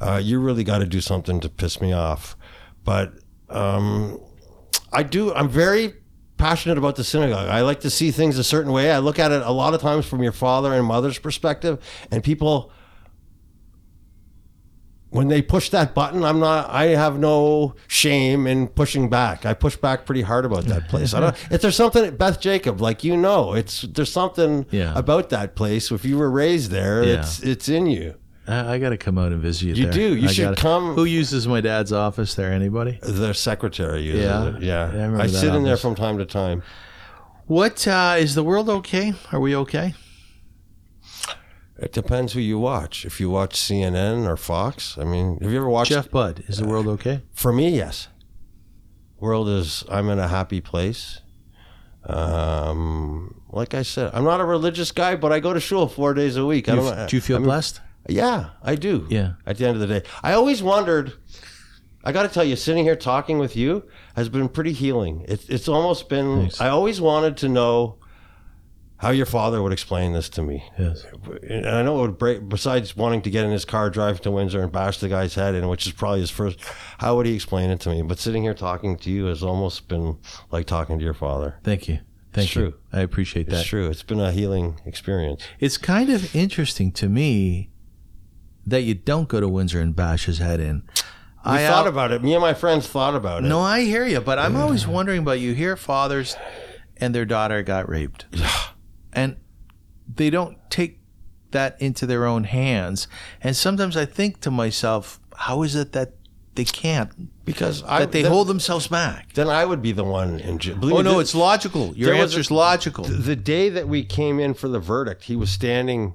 uh, you really got to do something to piss me off. But um, I do. I'm very passionate about the synagogue. I like to see things a certain way. I look at it a lot of times from your father and mother's perspective, and people. When they push that button, I'm not. I have no shame in pushing back. I push back pretty hard about <laughs> that place. I don't. If there's something, Beth Jacob, like you know, it's there's something Yeah. about that place. If you were raised there, Yeah. it's it's in you. I, I got to come out and visit you. You there. do. You I should gotta- come- Who uses my dad's office there? Anybody? The secretary uses Yeah. it. Yeah, Yeah, I remember I that sit in there office. from time to time. What uh, is the world okay? Are we okay? It depends who you watch. If you watch CNN or Fox, I mean, have you ever watched? Jeff Budd, is the world okay? For me, yes. World is I'm in a happy place. Um, like I said, I'm not a religious guy, but I go to shul four days a week. I Do don't, you, do you feel I mean, blessed? Yeah, I do. Yeah. At the end of the day, I always wondered. I got to tell you, sitting here talking with you has been pretty healing. It's it's almost been. Thanks. I always wanted to know how your father would explain this to me Yes. and I know it would break. Besides wanting to get in his car, drive to Windsor, and bash the guy's head in, which is probably his first. How would he explain it to me? But sitting here talking to you has almost been like talking to your father. Thank you. Thank It's you. true. I appreciate It's that. true. It's been a healing experience. It's kind of interesting to me that you don't go to Windsor and bash his head in. We I out- thought about it. Me and my friends thought about it. No, I hear you, but I'm always wondering about you hear fathers and their daughter got raped. and they don't take that into their own hands. And sometimes I think to myself, how is it that they can't? because I That they then, hold themselves back. Then I would be the one in jail. Believe Oh me, no, the- it's logical. Your there was a- answer's logical. the day that we came in for the verdict. He was standing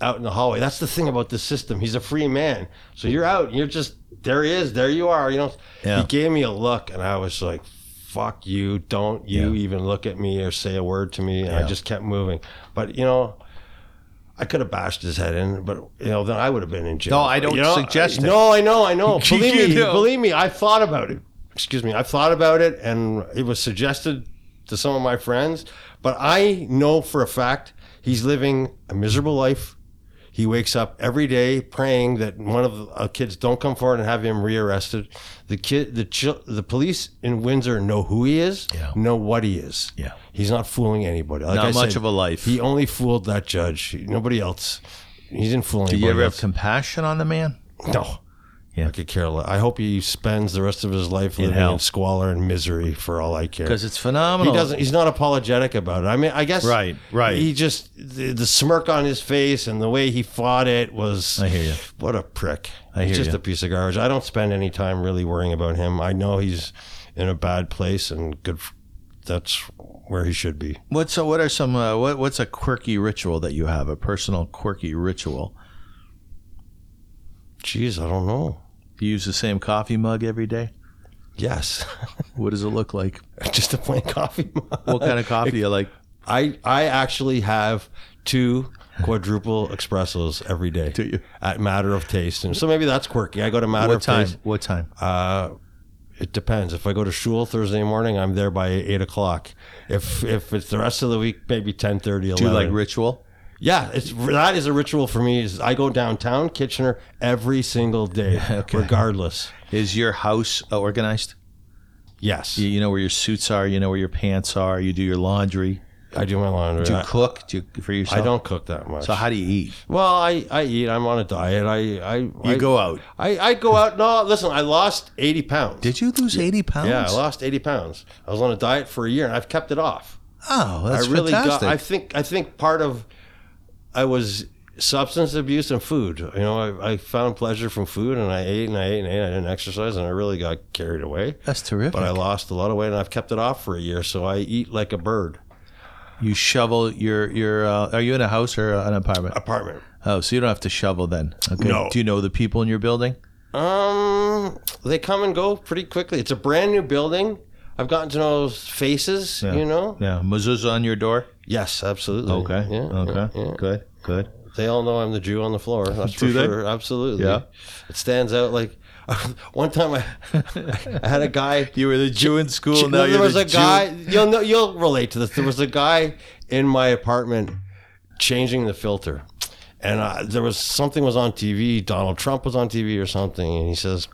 out in the hallway. That's the thing about the system. He's a free man. So you're out. You're just there. He is. There you are. You know. Yeah. He gave me a look, and I was like, "Fuck you! Don't you even look at me or say a word to me." And I just kept moving. But you know. I could have bashed his head in, but you know, then I would have been in jail. No, I don't You know, suggest I- it. No, I know, I know. <laughs> believe me, You know. believe me. I thought about it. Excuse me. I thought about it, and it was suggested to some of my friends. But I know for a fact he's living a miserable life. He wakes up every day praying that one of the uh, kids don't come forward and have him rearrested. The kid, the chil- the police in Windsor know who he is, Yeah. know what he is. Yeah. he's not fooling anybody. Like Not I much said, of a life. He only fooled that judge. Nobody else. He didn't fool anybody. Do you ever have else. compassion on the man? no. Yeah. I could care less. I hope he spends the rest of his life living hell. in squalor and misery for all I care. Because it's He phenomenal. doesn't. He's not apologetic about it. I mean, I guess. Right, right. He just the, the smirk on his face and the way he fought it was. I hear you. What a prick! I hear He's just you. a piece of garbage. I don't spend any time really worrying about him. I know he's in a bad place, and good. f- That's where he should be. What's a, what are some uh, what what's a quirky ritual that you have? A personal quirky ritual. Jeez, I don't know. Do you use the same coffee mug every day? Yes, <laughs> What does it look like? just a plain coffee. mug. What <laughs> kind of coffee do you like? I I actually have two quadruple espressos every day. Do you? At Matter of Taste, and so maybe that's quirky. I go to Matter What of time? Taste. What time? Uh, it depends. If I go to shul Thursday morning, I'm there by eight o'clock. If if it's the rest of the week, maybe 10, 30, 11. Do you like ritual? Yeah, it's that is a ritual for me. Is I go downtown Kitchener every single day, <laughs> Okay. regardless. Is your house uh, organized? Yes, You, you know where your suits are. You know where your pants are. You do your laundry. I do my laundry. Do you I- cook? Do you, for Uh, I, yourself? don't cook that much. So how do you eat? well, I, I eat. I'm on a diet. I I you I, You go out. I, I go out. No, listen, I lost 80 pounds. Did you lose eighty pounds? Yeah, I lost 80 pounds. I was on a diet for a year and I've kept it off. Oh, that's I really fantastic. got I think I think part of I was substance abuse and food. You know, I, I found pleasure from food and I ate and I ate and ate. and I didn't exercise and I really got carried away. that's terrific. But I lost a lot of weight and I've kept it off for a year, so I eat like a bird. you shovel your your. Uh, are you in a house or an apartment? Apartment. Oh, so you don't have to shovel then. Okay. No. Do you know the people in your building? Um, they come and go pretty quickly. It's a brand new building. I've gotten to know faces, you know. Yeah. Mezuzah on your door. Yes, absolutely. Okay. Yeah, okay. yeah, yeah. Good. Good. They all know I'm the Jew on the floor. That's Do for they? sure. Absolutely. Yeah. It stands out like <laughs> one time I, I had a guy. <laughs> You were the Jew in school. Now there you're was the a Jew- guy. You'll know, you'll relate to this. There was a guy in my apartment changing the filter, and uh, there was something was on TV. Donald Trump was on TV or something, and he says,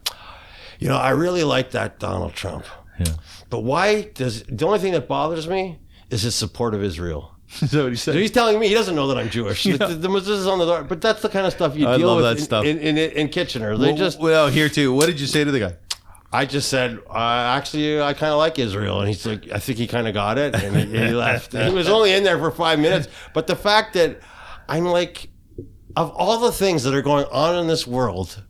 "You know, I really like that Donald Trump, Yeah. but why does the only thing that bothers me is his support of Israel." <laughs> Is that what he So said? he's telling me he doesn't know that I'm Jewish. <laughs> The, the mezuzah's on the door, but that's the kind of stuff you I deal love with that in, stuff. In, in, in Kitchener. They well, just, well, here too. What did you say to the guy? I just said, uh, actually, I kind of like Israel, and he's like, I think he kind of got it, and he, he left. he was only in there for five minutes, but the fact that I'm like, of all the things that are going on in this world.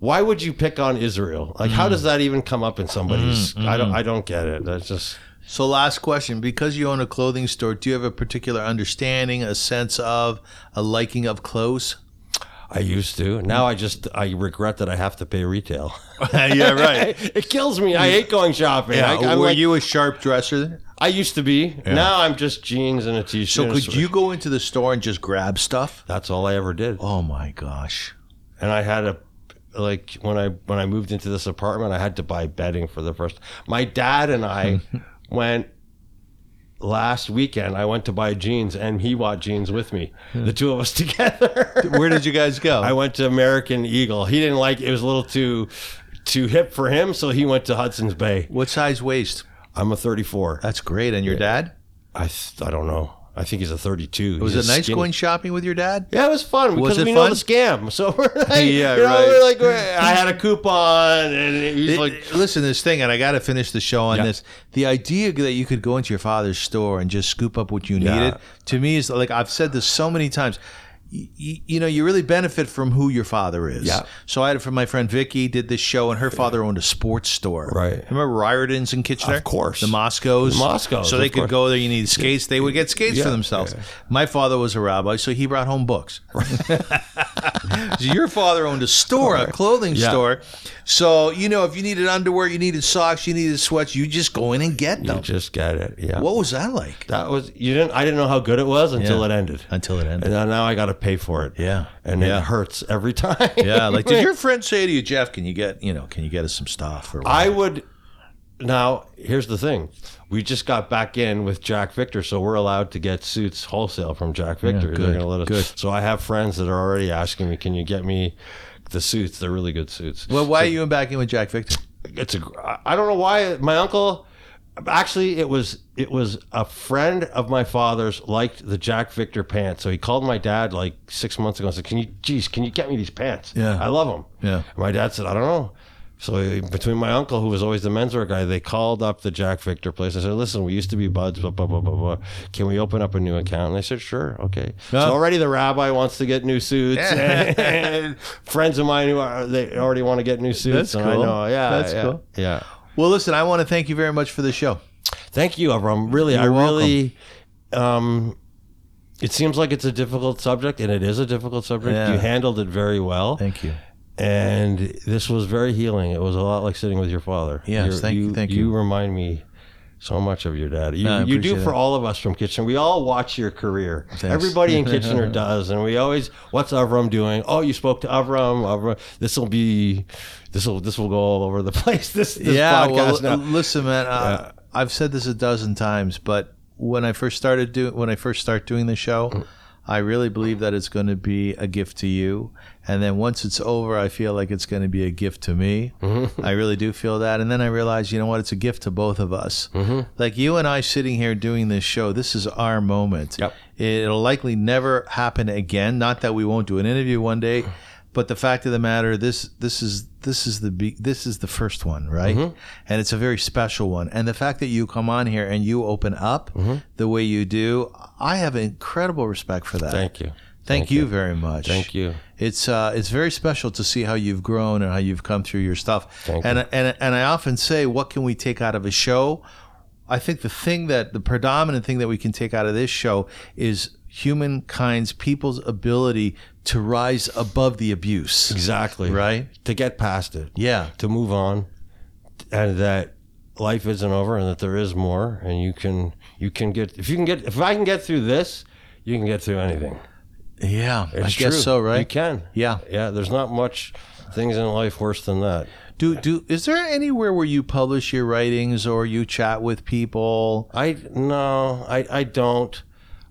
Why would you pick on Israel? Like, how does that even come up in somebody's? I don't. I don't get it. That's just. So, last question: Because you own a clothing store, do you have a particular understanding, a sense of, a liking of clothes? I used to. Now I just. I regret that I have to pay <laughs> retail. <laughs> yeah, right. <laughs> it kills me. I hate going shopping. Yeah. I, I'm were like- you a sharp dresser? I used to be. Now I'm just jeans and a t-shirt. So, and a could sweater. you go into the store and just grab stuff? That's all I ever did. Oh my gosh! And I had a like when I when I moved into this apartment, I had to buy bedding for the first. My dad <laughs> and I went last weekend. I went to buy jeans, and he bought jeans with me. The two of us <laughs> together. Hmm. Where did you guys go? I went to American Eagle. He didn't like it was a little too too hip for him, so he went to Hudson's Bay. what size waist? I'm a 34. That's great. And your dad? I th- I don't know. I think he's a 32. Was He's it a nice skinny- going shopping with your dad? Yeah, it was fun Was because it we fun? know the scam. <laughs> So <laughs> we're like, Yeah, you know, right. we're like, we're- I had a coupon, and he's It- like, listen, this thing, and I got to finish the show on Yeah. this. The idea that you could go into your father's store and just scoop up what you Yeah. needed to me is like I've said this so many times. Y- y- You know, you really benefit from who your father is. Yeah. So I had it from my friend Vicky did this show, and her father owned a sports store. Right. Remember Riordan's in Kitchener? Of course. The Moscows. The Moscows, So they of could course. go there. You needed skates. They would get skates for Yeah. themselves. My father was a rabbi, so he brought home books. <laughs> So your father owned a store, a clothing Yeah. store. So, you know, if you needed underwear, you needed socks, you needed sweats, you just go in and get you them. just got it. Yeah, What was that like? that was you didn't. I didn't know how good it was until Yeah. it ended. Until it And <laughs> ended. now- now I got to pay for it. Yeah. and Yeah. it hurts every <laughs> time. Yeah, like <laughs> did your friend say to you, Jeff, can you get, you know, can you get us some stuff or I would. Now, here's the thing. We just got back in with Jack Victor, so we're allowed to get suits wholesale from Jack Victor. They're good, gonna let us- good. So I have friends that are already asking me, "Can you get me the suits? They're really good suits." Well, why are you back in with Jack Victor? it's a I don't know why my uncle actually it was it was a friend of my father's liked the Jack Victor pants so he called my dad like 6 months ago and said can you geez can you get me these pants Yeah. I love them Yeah. my dad said I don't know so he- between my uncle who was always the menswear guy they called up the Jack Victor place I said listen we used to be buds blah blah blah blah blah can we open up a new account and they said sure okay Yeah. so already the rabbi wants to get new suits and <laughs> friends of mine who are they already want to get new suits That's and I cool. know yeah That's yeah, cool. yeah. Well, listen, I want to thank you very much for the show. Thank you, Avram. Really, I You're really. Um, it seems like it's a difficult subject, and it is a difficult subject. Yeah. You handled it very well, Thank you. and this was very healing. It was a lot like sitting with your father. Yes, You're- thank you, thank you. You remind me so much of your dad. You, No, I you do appreciate for that. all of us from Kitchener. We all watch your career. <laughs> Everybody in Kitchener does, and we always, what's Avram doing? Oh, you spoke to Avram. Avram, this will be, this will this will go all over the <laughs> place. This, this yeah, well, podcast now. l- listen, man, uh, I've said this a dozen times, but when I first started doing, when I first start doing the Mm. show, I really believe that it's going to be a gift to you, and then once it's over, I feel like it's going to be a gift to me. Mm-hmm. I really do feel that, and then I realize, you know what? It's a gift to both of us. Mm-hmm. Like you and I sitting here doing this show, this is our moment. Yep. It'll likely never happen again. Not that we won't do an interview one day, but the fact of the matter, this this is this is the be- this is the first one, right? Mm-hmm. And it's a very special one. And the fact that you come on here and you open up Mm-hmm. the way you do, I have incredible respect for that. Thank you. Thank, you, very much. Thank you. It's uh, it's very special to see how you've grown and how you've come through your stuff. Thank and and and I often say, what can we take out of a show? I think the thing that the predominant thing that we can take out of this show is humankind's people's ability to rise above the abuse. Exactly. Right? To get past it. Yeah. To move on. And that life isn't over and that there is more and you can you can get if you can get if I can get through this, you can get through anything. Yeah. I It's guess true. so, You right? can. Yeah. Yeah, there's not much things in life worse than that. Do do is there anywhere where you publish your writings or you chat with people? I no, I I don't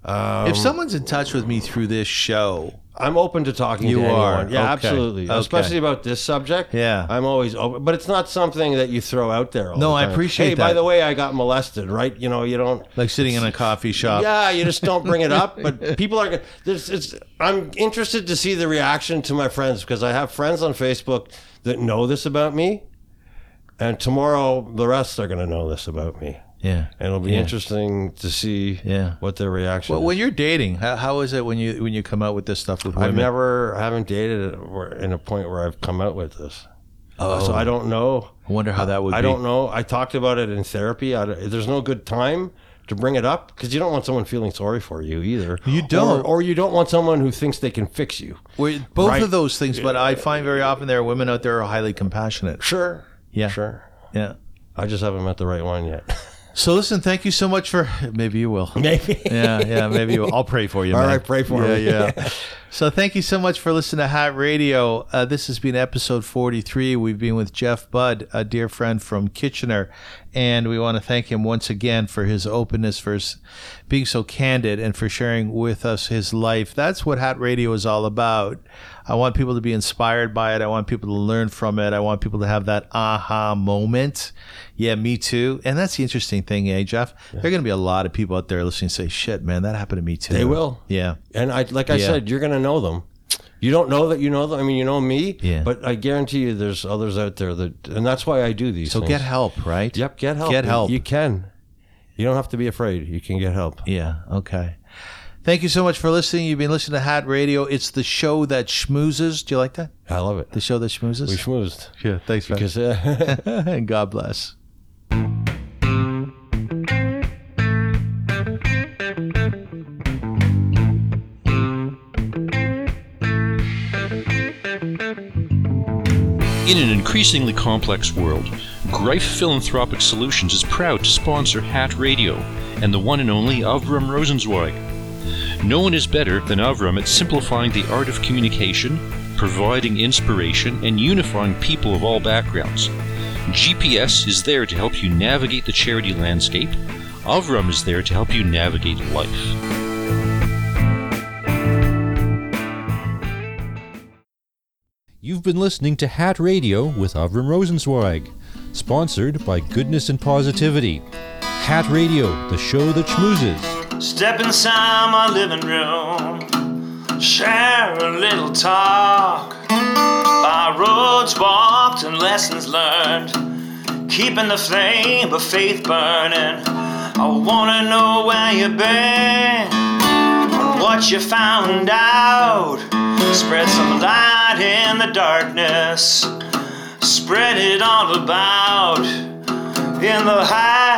um, if someone's in touch with me through this show, I'm open to talking You to are. anyone. Yeah, Okay. absolutely. Okay. Especially about this subject. Yeah. I'm always open, but it's not something that you throw out there. all No, the I time. appreciate Hey, by that. the way, I got molested, right? You know, you don't. like sitting in a coffee shop. Yeah, you just don't bring <laughs> it up. But people are. gonna- This, it's. I'm interested to see the reaction to my friends because I have friends on Facebook that know this about me, and tomorrow the rest are going to know this about me, Yeah. and it'll be Yeah. interesting to see Yeah. what their reaction. But is. when you're dating, how, how is it when you when you come out with this stuff with women? I've never, I haven't dated it where- in a point where I've come out with this. Oh. So I don't know. I wonder how that would. I be. don't know. I talked about it in therapy. I, don't- there's no good time to bring it up because you don't want someone feeling sorry for you either. You don't. or, or you don't want someone who thinks they can fix you. Well, both Right. of those things, but I find very often there are women out there who are highly compassionate. Sure, Yeah. sure. Yeah. I just haven't met the right one yet. <laughs> So listen, thank you so much for. <laughs> Maybe you will. Maybe. Yeah, yeah, maybe you will. I'll pray for you. All man. right, pray for <laughs> yeah, me. Yeah, So thank you so much for listening to Hot Radio. Uh, this has been episode 43. We've been with Jeff Budd, a dear friend from Kitchener, and we want to thank him once again for his openness, for s- being so candid, and for sharing with us his life. That's what Hot Radio is all about. I want people to be inspired by it. I want people to learn from it. I want people to have that aha moment. Yeah, me too. And that's the interesting thing, eh, Jeff? There are going to be a lot of people out there listening say, shit, man, that happened to me too. They will. Yeah. And I, like I Yeah. said, you're going to know them. You don't know that you know them. I mean, you know me. Yeah. But I guarantee you, there's others out there that, and that's why I do these. So things. get help, right? Yep, get help. Get You- help. You can. You don't have to be afraid. You can get help. Yeah. Okay. Thank you so much for listening. You've been listening to Hat Radio. It's the show that schmoozes. Do you like that? I love it. The show that schmoozes. We schmoozed yeah. Thanks, man. because uh, <laughs> and <laughs> God bless. In an increasingly complex world, Greif Philanthropic Solutions is proud to sponsor Hat Radio and the one and only Avram Rosenzweig. No one is better than Avram at simplifying the art of communication, providing inspiration, and unifying people of all backgrounds. GPS is there to help you navigate the charity landscape. Avram is there to help you navigate life. You've been listening to Hat Radio with Avram Rosenzweig, sponsored by Goodness and Positivity. Hat Radio, the show that schmoozes. Step inside my living room, share a little talk. By roads walked and lessons learned, keeping the flame of faith burning. I wanna know where you've been, and what you found out. Spread some light in the darkness, spread it all about in the high.